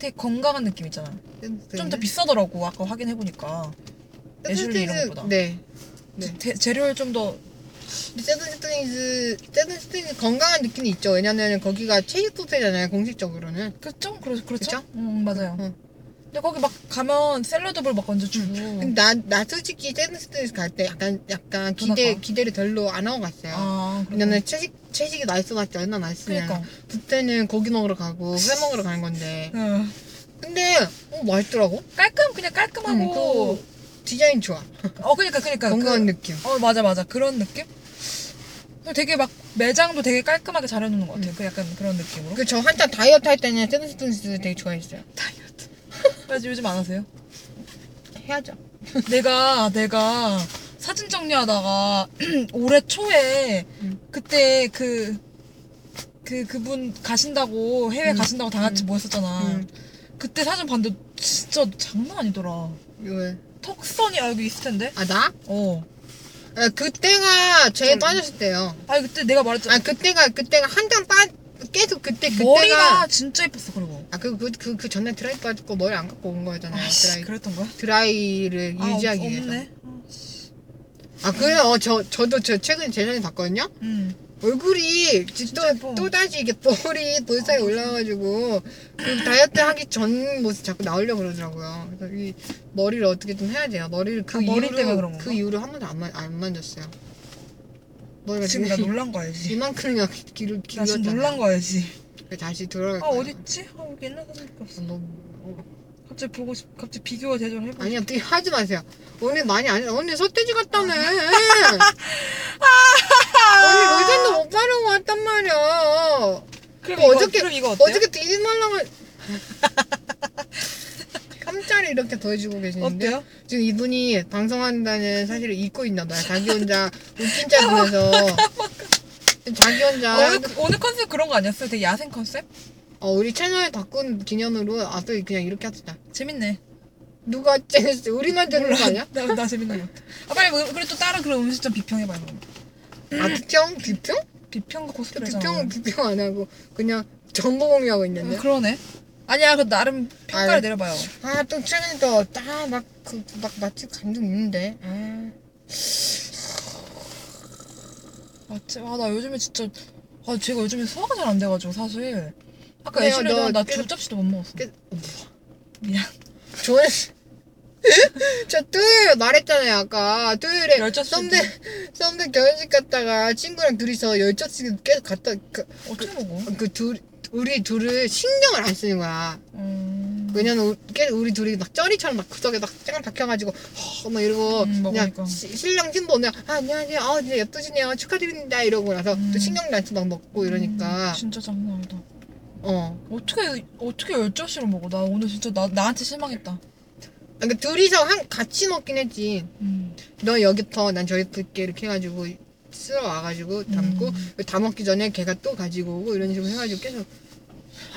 Speaker 1: 되게 건강한 느낌 있잖아. 좀 더
Speaker 2: 쌤쌤.
Speaker 1: 비싸더라고 아까 확인해 보니까. 애슐리 이런 것보다.
Speaker 2: 네. 네.
Speaker 1: 데- 재료를 좀 더
Speaker 2: 세븐 스프링즈, 세븐 스프링즈 건강한 느낌이 있죠. 왜냐면 거기가 체육 뷔페잖아요, 공식적으로는.
Speaker 1: 그죠? 그렇 그렇죠?
Speaker 2: 그쵸?
Speaker 1: 음 맞아요.
Speaker 2: 응. 음,
Speaker 1: 근데 거기 막 가면 샐러드볼 막 얹어주고.
Speaker 2: 근데 나, 나 솔직히 세븐 스프링즈 갈 때 약간, 약간 기대,
Speaker 1: 누나가?
Speaker 2: 기대를 별로 안 하고 갔어요.
Speaker 1: 그러니까. 아 그렇구나.
Speaker 2: 왜냐면 채식, 채식이 맛있어봤자 얼마나 맛있으냐.
Speaker 1: 그러니까.
Speaker 2: 뷔페는 고기 먹으러 가고 회 먹으러 가는 건데.
Speaker 1: 응.
Speaker 2: 근데, 어, 맛있더라고.
Speaker 1: 깔끔 그냥 깔끔하고
Speaker 2: 응, 디자인 좋아.
Speaker 1: 어 그러니까 그러니까
Speaker 2: 건강한
Speaker 1: 그,
Speaker 2: 느낌.
Speaker 1: 어 맞아 맞아 그런 느낌 그리고 되게 막 매장도 되게 깔끔하게 잘 해놓는 것
Speaker 2: 음.
Speaker 1: 같아요 그 약간 그런 느낌으로
Speaker 2: 그 저 한참 다이어트 할 때는 세븐스푼스 되게 좋아했어요.
Speaker 1: 그래서 요즘 안 하세요
Speaker 2: 해야죠.
Speaker 1: [laughs] 내가 내가 사진 [clears throat] 정리하다가 올해 초에
Speaker 2: 음.
Speaker 1: 그때 그 그 그 그분 가신다고 해외
Speaker 2: 음.
Speaker 1: 가신다고 다 같이
Speaker 2: 음.
Speaker 1: 모였었잖아.
Speaker 2: 음.
Speaker 1: 그때 사진 봤는데 진짜 장난 아니더라.
Speaker 2: 왜?
Speaker 1: 턱선이 아 여기 있을 텐데.
Speaker 2: 아 나?
Speaker 1: 어.
Speaker 2: 아, 그때가 제일
Speaker 1: 음.
Speaker 2: 빠졌을 때요.
Speaker 1: 아 그때 내가 말했잖아.
Speaker 2: 아 그때가 그때가 한장 빠 계속 그때 그때가
Speaker 1: 머리가 진짜 예뻤어 그리고.
Speaker 2: 아그그그 그, 그 전에 드라이 빠지고 머리 안 갖고 온 거잖아요.
Speaker 1: 아씨
Speaker 2: 드라이
Speaker 1: 그랬던 거야?
Speaker 2: 드라이를
Speaker 1: 아, 없-
Speaker 2: 유지하기 위해서.
Speaker 1: 없네.
Speaker 2: 아 그래요. 저 저도 저 최근 재전에 봤거든요.
Speaker 1: 응.
Speaker 2: 얼굴이
Speaker 1: 진짜 예뻐.
Speaker 2: 또, 또 다시 이게 볼이 볼 사이 올라와가지고 그 다이어트 하기 전 모습 자꾸 나오려고 그러더라고요. 그래서 이 머리를 어떻게 좀 해야 돼요. 머리를 그
Speaker 1: 아, 머리
Speaker 2: 이후로
Speaker 1: 때문에 그런 건가?
Speaker 2: 그 이후로 한 번도 안, 만, 안 만졌어요. 머리가
Speaker 1: 지금
Speaker 2: 지금
Speaker 1: 나 놀란 거 알지?
Speaker 2: [laughs] 이만큼이나 길을
Speaker 1: 나 지금 놀란
Speaker 2: 길었잖아요. 네,
Speaker 1: 거 알지?
Speaker 2: 다시 돌아갈
Speaker 1: 아
Speaker 2: 거예요.
Speaker 1: 어디 있지? 아 여기 옛날 사진밖에 없어.
Speaker 2: 너무-
Speaker 1: 갑자기 보고 싶. 갑자기 비교와 대조를 해보고.
Speaker 2: 아니야, 되게 하지 마세요. 오늘 많이 안, 오늘 서태지
Speaker 1: 아. [laughs]
Speaker 2: [laughs] 같다며. 오늘 로젠도 못 바르고 왔단 말이야.
Speaker 1: 그럼 이거
Speaker 2: 뭐 어저께-
Speaker 1: 그럼 이거 어때요?
Speaker 2: 어저께 되게 말랑을 [laughs] 깜짝을 이렇게 더해주고 계시는데
Speaker 1: 어때요?
Speaker 2: 지금 이분이 방송한다는 사실을 잊고 있나 봐요. 자기 혼자
Speaker 1: [laughs]
Speaker 2: 웃긴 짤 보면서 자기 혼자
Speaker 1: 아, 오늘 오늘 컨셉 그런 거 아니었어요? 되게 야생 컨셉?
Speaker 2: 어, 우리 채널 바꾼 기념으로 앞에 그냥 이렇게 하자.
Speaker 1: 재밌네.
Speaker 2: 누가 쟤 우리만 되는 거 아니야?
Speaker 1: [laughs] 나, 나 재밌는 것 같아. 아, 빨리, 뭐- 그래, 또 다른 그런 음식점 비평해봐요, 그럼.
Speaker 2: 아 비평? 비평?
Speaker 1: 비평 코스프레잖아.
Speaker 2: 비평은 비평 안 하고 그냥 정보 공유하고
Speaker 1: 음,
Speaker 2: 있는데.
Speaker 1: 그러네. 아니야, 그 나름 평가를
Speaker 2: 아유.
Speaker 1: 내려봐요.
Speaker 2: 아 또 최근에 또딱막그막 맛집 감정 있는데. 아.
Speaker 1: 맞지? 아, 나 요즘에 진짜, 아, 제가 요즘에 소화가 잘 안 돼가지고, 사실. 아까
Speaker 2: 근데요,
Speaker 1: 애쉬랑
Speaker 2: 너
Speaker 1: 나두
Speaker 2: 계속-
Speaker 1: 접시도 못 먹었어.
Speaker 2: 깨-
Speaker 1: 미안.
Speaker 2: 저는 [laughs] 저 토요일 말했잖아요 아까 토요일에
Speaker 1: 열젖
Speaker 2: 썸대 썸대 결혼식 갔다가 친구랑 둘이서 열젖씩 계속 갔다 그,
Speaker 1: 어떻게 먹어?
Speaker 2: 그둘 우리 둘을 신경을 안 쓰는 거야.
Speaker 1: 음.
Speaker 2: 왜냐면 우- 계속 우리 둘이 막 쩌리처럼 막 구석에 막 짱 박혀가지고 허막 이러고
Speaker 1: 음,
Speaker 2: 그냥
Speaker 1: 먹으니까.
Speaker 2: 시- 신랑 신부 오늘 아 안녕하세요 아 이제 예쁘시네요 축하드립니다 이러고 나서
Speaker 1: 음.
Speaker 2: 또 신경도 안 쓰고 막 먹고 뭐 이러니까
Speaker 1: 음, 진짜 장난 아니다.
Speaker 2: 어
Speaker 1: 어떻게, 어떻게 열접시를 먹어? 나 오늘 진짜 나, 나한테 실망했다.
Speaker 2: 그러니까 둘이서 한 같이 먹긴 했지
Speaker 1: 음.
Speaker 2: 너 여기 퍼, 난 저기 붙게 이렇게 해가지고 쓸어 와가지고 담고
Speaker 1: 음.
Speaker 2: 다 먹기 전에 걔가 또 가지고 오고 이런 식으로 해가지고 계속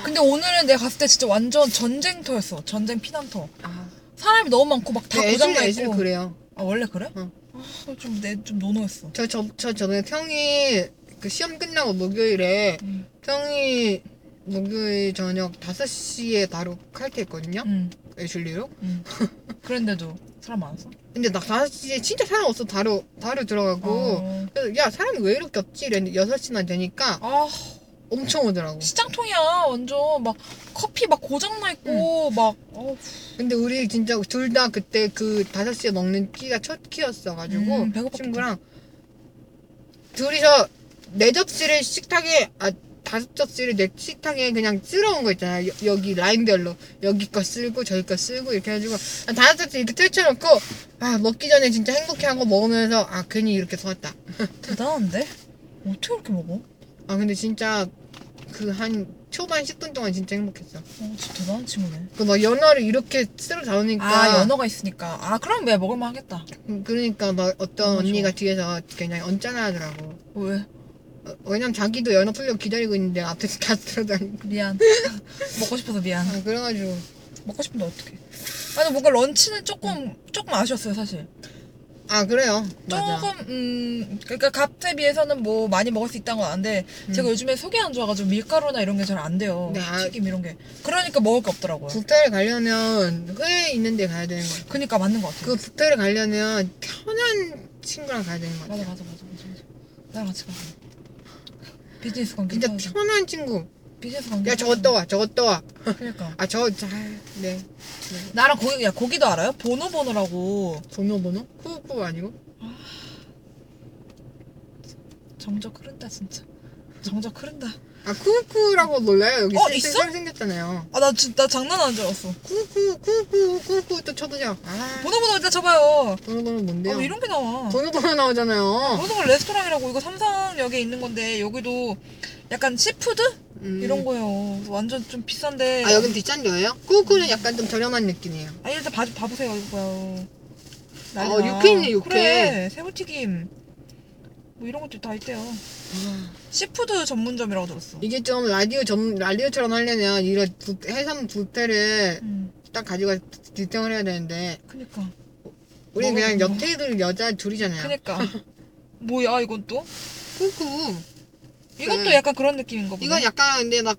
Speaker 1: 근데 오늘은 내가 갔을 때 진짜 완전 전쟁터였어. 전쟁 피난터.
Speaker 2: 아
Speaker 1: 사람이 너무 많고 막 다
Speaker 2: 근데 네, 애들
Speaker 1: 고장나
Speaker 2: 애들
Speaker 1: 있고.
Speaker 2: 그래요. 어.
Speaker 1: 아 원래 그래?
Speaker 2: 응.
Speaker 1: 아, 좀 내 좀 노노했어.
Speaker 2: 저 저 저 저번에 평이 그 시험 끝나고 목요일에
Speaker 1: 응.
Speaker 2: 평이 목요일 저녁 5시에 바로 칼퇴했거든요.
Speaker 1: 응.
Speaker 2: 애슐리로.
Speaker 1: 응. 음. 그런데도 사람 많았어.
Speaker 2: 근데 나 5시에 진짜 사람 없어. 바로 바로 들어가고.
Speaker 1: 어.
Speaker 2: 그래서 야 사람이 왜 이렇게 없지? 이랬는데 6시나 되니까
Speaker 1: 아
Speaker 2: 엄청 오더라고.
Speaker 1: 시장통이야 완전 막 커피 막 고장나 있고 막 어,
Speaker 2: 근데 우리 진짜 둘 다 그때 그 5시에 먹는 끼가 첫 끼였어가지고
Speaker 1: 음, 배고팠겠다.
Speaker 2: 친구랑 둘이서 네 접시를 식탁에 아 다섯 접시를 내 식탁에 그냥 쓸어온 거 있잖아 여, 기 라인별로 여기 거 쓸고 저기 거 쓸고 이렇게 해가지고 한 다섯 접시 이렇게 펼쳐놓고 아 먹기 전에 진짜 행복해하고 먹으면서 아 괜히 이렇게 좋았다
Speaker 1: 대단한데 어떻게 그렇게 먹어?
Speaker 2: 아 근데 진짜 그 한 초반 10분 동안 진짜 행복했어
Speaker 1: 어 진짜 대단한 친구네.
Speaker 2: 그 막 연어를 이렇게 쓸어 담으니까
Speaker 1: 아 연어가 있으니까 아 그럼 왜 먹을만 하겠다.
Speaker 2: 음, 그러니까 막 어떤
Speaker 1: 너무
Speaker 2: 언니가 뒤에서 그냥 언짢아 하더라고.
Speaker 1: 왜
Speaker 2: 어, 왜냐면 자기도 연어 풀려고 기다리고 있는데 앞에서 [laughs] 다 들어다니고.
Speaker 1: 미안 [laughs] 먹고 싶어서 미안.
Speaker 2: 아, 그래가지고.
Speaker 1: 먹고 싶은데 어떡해. 아니 뭔가 런치는 조금 조금 아쉬웠어요 사실.
Speaker 2: 아, 그래요. 맞아.
Speaker 1: 조금 음 그러니까 값에 비해서는 뭐 많이 먹을 수 있다는 건 아는데
Speaker 2: 음.
Speaker 1: 제가 요즘에 속이 안 좋아가지고 밀가루나 이런 게 잘 안 돼요
Speaker 2: 네, 아.
Speaker 1: 튀김 이런 게 그러니까 먹을 게 없더라고요
Speaker 2: 북탈에 가려면 회에 있는 데 가야 되는 거야.
Speaker 1: 그러니까 맞는 것 같아요
Speaker 2: 그 북탈에 가려면 편한 친구랑 가야 되는 거야.
Speaker 1: 맞아 맞아 맞아 맞아 맞아 나랑 같이 가 비즈니스 관계
Speaker 2: 진짜
Speaker 1: 끊어야지.
Speaker 2: 편한 친구.
Speaker 1: 비즈니스 관계
Speaker 2: 야, 저거 떠와. 저거 떠와.
Speaker 1: 그러니까
Speaker 2: 아, 저, 자, 네.
Speaker 1: 나랑 고기 야 고기도 알아요 보노보노라고
Speaker 2: 번호, 번호? 쿠쿠 아니고?
Speaker 1: 정적 흐른다 진짜 정적 흐른다
Speaker 2: 아, 쿠쿠라고 몰라요? 여기
Speaker 1: 어,
Speaker 2: 쌩-
Speaker 1: 있어?
Speaker 2: 쌩 생겼잖아요.
Speaker 1: 아 나 진짜 장난하는 줄 알았어
Speaker 2: 쿠쿠, 쿠쿠, 쿠쿠 또 쳐보자. 아,
Speaker 1: 보노보노 일단 쳐봐요
Speaker 2: 번호, 번호 뭔데요?
Speaker 1: 아왜 어, 이런 게 나와
Speaker 2: 번호 번호 어. 나오잖아요.
Speaker 1: 보노보노 레스토랑이라고 이거 삼성역에 있는 건데 여기도 약간 시푸드
Speaker 2: 음.
Speaker 1: 이런 거예요. 그래서 완전 좀 비싼데.
Speaker 2: 아 여긴 뒷잔디예요? 꾸꾸는 약간 좀 저렴한 느낌이에요.
Speaker 1: 아, 일단 봐, 봐보세요, 이거요.
Speaker 2: 어, 아, 육회 있네, 육회.
Speaker 1: 그래, 새우튀김. 뭐 이런 것도 다 있대요. 음. 시푸드 전문점이라고 들었어.
Speaker 2: 이게 좀 라디오 점 라디오처럼 하려면 이런 부- 해삼 부페를
Speaker 1: 음,
Speaker 2: 딱 가져가 뒷정을 해야 되는데
Speaker 1: 그니까.
Speaker 2: 우리 는 그냥
Speaker 1: 먹어도
Speaker 2: 옆테이블 여자 둘이잖아요. [laughs]
Speaker 1: 그니까. 뭐야, 이건 또?
Speaker 2: 그렇고
Speaker 1: 이것도
Speaker 2: 네.
Speaker 1: 약간 그런 느낌인가 보네.
Speaker 2: 이건 약간 근데 막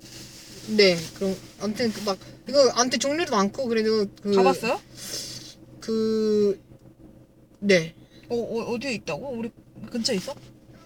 Speaker 2: 네 그럼 아무튼 그막 이거 아무튼 종류도 많고 그래도 그
Speaker 1: 가봤어요?
Speaker 2: 그네
Speaker 1: 어, 어, 어디에 있다고? 우리 근처에 있어?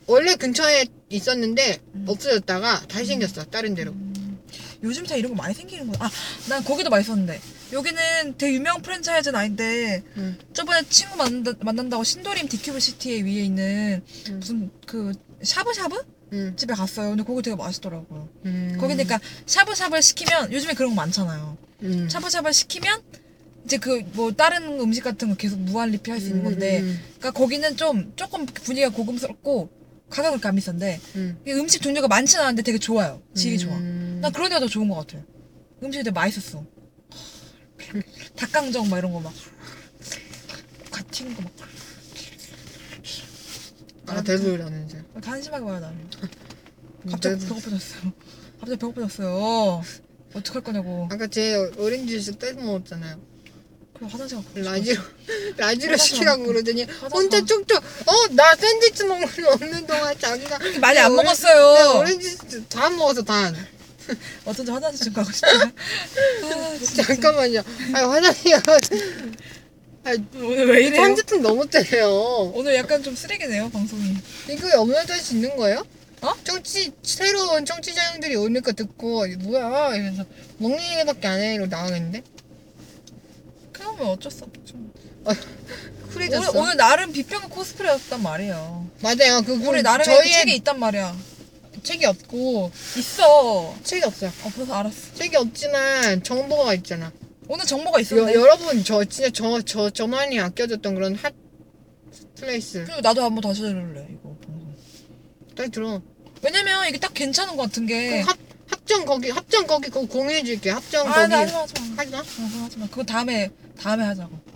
Speaker 2: 원래 근처에 있었는데
Speaker 1: 음.
Speaker 2: 없어졌다가 다시 생겼어 다른 데로.
Speaker 1: 음, 요즘 다 이런 거 많이 생기는구나. 아, 난 거기도 많이 썼는데. 여기는 되게 유명 프랜차이즈는 아닌데,
Speaker 2: 음.
Speaker 1: 저번에 친구 만난다, 만난다고 신도림 디큐브 시티에 위에 있는
Speaker 2: 음.
Speaker 1: 무슨 그 샤브샤브?
Speaker 2: 음.
Speaker 1: 집에 갔어요. 근데 거기 되게 맛있더라고요.
Speaker 2: 음.
Speaker 1: 거기 그러니까 샤브샤브를 시키면, 요즘에 그런 거 많잖아요.
Speaker 2: 음.
Speaker 1: 샤브샤브를 시키면, 이제 그 뭐 다른 음식 같은 거 계속 무한 리필할 수 있는 건데,
Speaker 2: 음,
Speaker 1: 그러니까 거기는 좀 조금 분위기가 고급스럽고 가격은 안 비싼데
Speaker 2: 음.
Speaker 1: 이게 음식 종류가 많진 않은데 되게 좋아요. 질이 좋아.
Speaker 2: 음.
Speaker 1: 난 그런 데가 더 좋은 것 같아. 음식이 되게 맛있었어. 닭강정 막 이런 거 막. 갓 튀는 거 막.
Speaker 2: 아 대소리 나는 이제.
Speaker 1: 한심하게 말해 나는.
Speaker 2: 음,
Speaker 1: 갑자기
Speaker 2: 대소-
Speaker 1: 배고파졌어요. 갑자기 배고파졌어요. 어떡할 거냐고.
Speaker 2: 아까 제 오렌지 주스 떼서 먹었잖아요.
Speaker 1: 그럼 화장실 가고.
Speaker 2: 라지로 라지로
Speaker 1: 화장실
Speaker 2: 시키라고
Speaker 1: 가볼까?
Speaker 2: 그러더니
Speaker 1: 화장실
Speaker 2: 혼자
Speaker 1: 가볼까?
Speaker 2: 쭉쭉 어 나 샌드위치 먹는 먹는 동안 자기가
Speaker 1: [laughs] 많이 안
Speaker 2: 내 오렌- 내
Speaker 1: 먹었어요.
Speaker 2: 오렌지 주스 다 먹었어
Speaker 1: [laughs]
Speaker 2: 단.
Speaker 1: 어쩐지 화장실 좀 가고
Speaker 2: [laughs]
Speaker 1: 싶다. 아, 진짜.
Speaker 2: 잠깐만요. 아니 화장실 가
Speaker 1: 오늘 왜 이래요?
Speaker 2: 30분 넘었대요.
Speaker 1: 오늘 약간 좀 쓰레기네요 방송이.
Speaker 2: 이거 염려할 수 있는 거예요?
Speaker 1: 어?
Speaker 2: 청취 새로운 청취자 형들이 오니까 듣고 이게 뭐야 이러면서 먹는 얘기밖에 안 해. 이러고 나가겠는데?
Speaker 1: 그러면 어쩔 수 없죠. 오늘,
Speaker 2: 아, 쿨해졌어.
Speaker 1: 오늘 나름 비평의 코스프레였단 말이에요.
Speaker 2: 맞아요. 그
Speaker 1: 우리
Speaker 2: 그
Speaker 1: 나름의
Speaker 2: 저희의
Speaker 1: 책이 있단 말이야.
Speaker 2: 책이 없고
Speaker 1: 있어.
Speaker 2: 책이 없어요.
Speaker 1: 없어서 알았어.
Speaker 2: 책이 없지만 정보가 있잖아.
Speaker 1: 오늘 정보가
Speaker 2: 여,
Speaker 1: 있었네.
Speaker 2: 여러분 저 진짜 저 저 저만이 아껴줬던 그런 핫 플레이스
Speaker 1: 그리고 나도 한번 다시 들을래 이거 방송.
Speaker 2: 딱 들어.
Speaker 1: 왜냐면 이게 딱 괜찮은 것 같은 게.
Speaker 2: 그럼 합 합정 거기 합정 거기 그거 공유해줄게. 합정
Speaker 1: 네. 아,
Speaker 2: 거기
Speaker 1: 나 하지 마, 하지 마.
Speaker 2: 하지마.
Speaker 1: 방송 하지 마. 그거 다음에 다음에 하자고.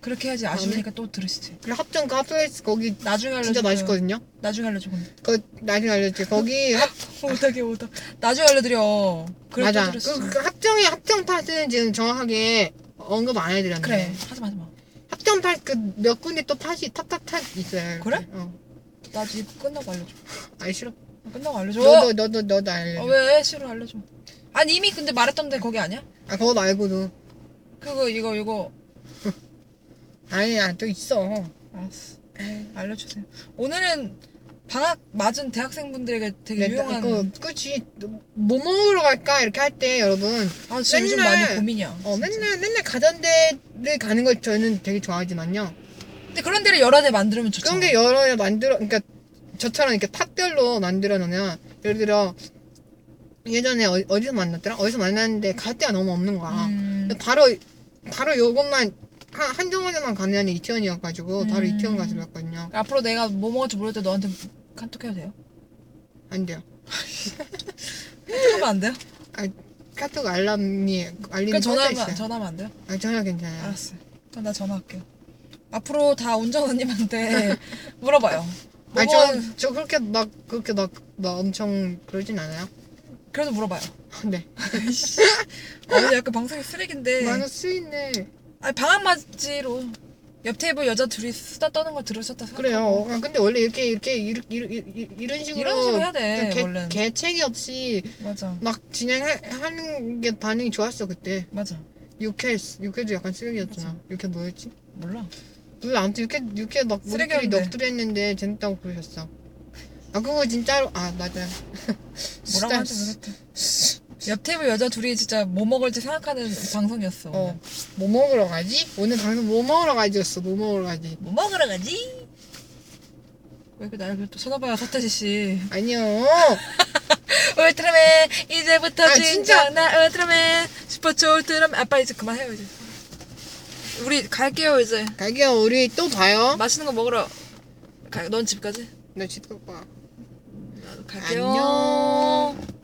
Speaker 1: 그렇게 해야지 아쉬우니까 또 들으시지.
Speaker 2: 그래 합정 그 핫플레이스 거기
Speaker 1: 나중에 알려줘.
Speaker 2: 진짜 맛있거든요.
Speaker 1: 나중에 알려줘. 근데.
Speaker 2: 그 나중에 알려줄게. 거기 합,
Speaker 1: 오다게 오다. 나중에 알려드려. 아, 그래
Speaker 2: 맞아.
Speaker 1: 또
Speaker 2: 그,
Speaker 1: 들으시지.
Speaker 2: 그 합정이 합정 탓은 지금 정확하게 언급 안 해드렸는데.
Speaker 1: 그래. 하지 마, 하지 마.
Speaker 2: 합정 탓그몇 군데 또 탓이 탓탓탓 있어요. 이렇게.
Speaker 1: 그래?
Speaker 2: 어.
Speaker 1: 나중에 끝나고 알려줘.
Speaker 2: 아니 싫어.
Speaker 1: 끝나고 알려줘.
Speaker 2: 너도 너도 너도 알려.
Speaker 1: 아, 왜 싫어 알려줘. 아니 이미 근데 말했던데 거기 아니야?
Speaker 2: 아 그거 말고도
Speaker 1: 그거 이거 이거
Speaker 2: 아니야 또 있어.
Speaker 1: 알았어. 에이, 알려주세요. 오늘은 방학 맞은 대학생분들에게 되게
Speaker 2: 네,
Speaker 1: 유용한.
Speaker 2: 그, 그치. 뭐 먹으러 갈까? 이렇게 할 때, 여러분.
Speaker 1: 아 진짜 요즘
Speaker 2: 맨날-
Speaker 1: 많이 고민이야.
Speaker 2: 어,
Speaker 1: 진짜.
Speaker 2: 맨날, 맨날 가던 데를 가는 걸 저는 되게 좋아하지만요.
Speaker 1: 근데 그런 데를 여러 대 만들면 좋죠.
Speaker 2: 그런 게 여러 개 만들어, 그러니까 저처럼 이렇게 탑별로 만들어 놓으면, 예를 들어, 예전에 어, 어디서 만났더라? 어디서 만났는데 갈 데가 너무 없는 거야.
Speaker 1: 음,
Speaker 2: 근데 바로, 바로 요것만, 한, 한 정원에만 가면 이태원이어가지고, 바로
Speaker 1: 음.
Speaker 2: 이태원 가서 갔거든요.
Speaker 1: 앞으로 내가 뭐 먹을지 모를 때 너한테 카톡 해도 돼요?
Speaker 2: 안 돼요.
Speaker 1: 카톡하면 안 돼요?
Speaker 2: 카톡 알람이, [laughs] 알림이
Speaker 1: 그러니까
Speaker 2: 꺼져
Speaker 1: 전화하면
Speaker 2: 있어요.
Speaker 1: 전화하면 안 돼요?
Speaker 2: 아, 전화 괜찮아요.
Speaker 1: 알았어요. 그럼 나 전화할게요. 앞으로 다 운전 언님한테 [laughs] 물어봐요. 뭐
Speaker 2: 아니
Speaker 1: 먹-
Speaker 2: 저는 저 그렇게 막 그렇게 막, 막 엄청 그러진 않아요. [laughs]
Speaker 1: 그래도 물어봐요.
Speaker 2: 네.
Speaker 1: 아, 오늘 약간 방송이 쓰레기인데.
Speaker 2: 만화 쓰이네.
Speaker 1: 아니 방학 맞이로 옆 테이블 여자 둘이 수다 떠는 거 들으셨다 생각.
Speaker 2: 그래요. 어, 근데 원래 이렇게 이렇게 이르, 이르, 이- 이런 식으로 그
Speaker 1: 이런 식으로 해야 돼
Speaker 2: 개,
Speaker 1: 원래. 는
Speaker 2: 개책이 없이
Speaker 1: 맞아
Speaker 2: 막 진행하는 게 반응이 좋았어 그때.
Speaker 1: 맞아
Speaker 2: 육회 육회도 약간 쓰레기였잖아. 육회 뭐였지?
Speaker 1: 몰라.
Speaker 2: 몰라 아무튼 육회 육회 막 우리끼리
Speaker 1: 쓰레기였는데.
Speaker 2: 넋두렸는데 재밌다고 그러셨어. 아 그거 진짜로 아 맞아. [laughs]
Speaker 1: 뭐라고 하는지 모르겠다. 옆 테이블 여자 둘이 진짜 뭐 먹을지 생각하는 그 방송이었어. 오늘.
Speaker 2: 어뭐 먹으러 가지? 오늘 방금 뭐 먹으러 가지였어. 뭐 먹으러 가지?
Speaker 1: 뭐 먹으러 가지? 왜 이렇게 나를 또 쳐다봐요 서태지 씨.
Speaker 2: 아니요.
Speaker 1: [laughs] 울트라맨 이제부터
Speaker 2: 아, 진짜.
Speaker 1: 진짜 나 울트라맨 슈퍼초 울트라맨 아빠 이제 그만해요 이제. 우리 갈게요 이제
Speaker 2: 가게 우리 또 봐요.
Speaker 1: 맛있는 거 먹으러. 가, 넌 집까지? 어,
Speaker 2: 나 지금 봐.
Speaker 1: 나도 갈게요.
Speaker 2: 안녕.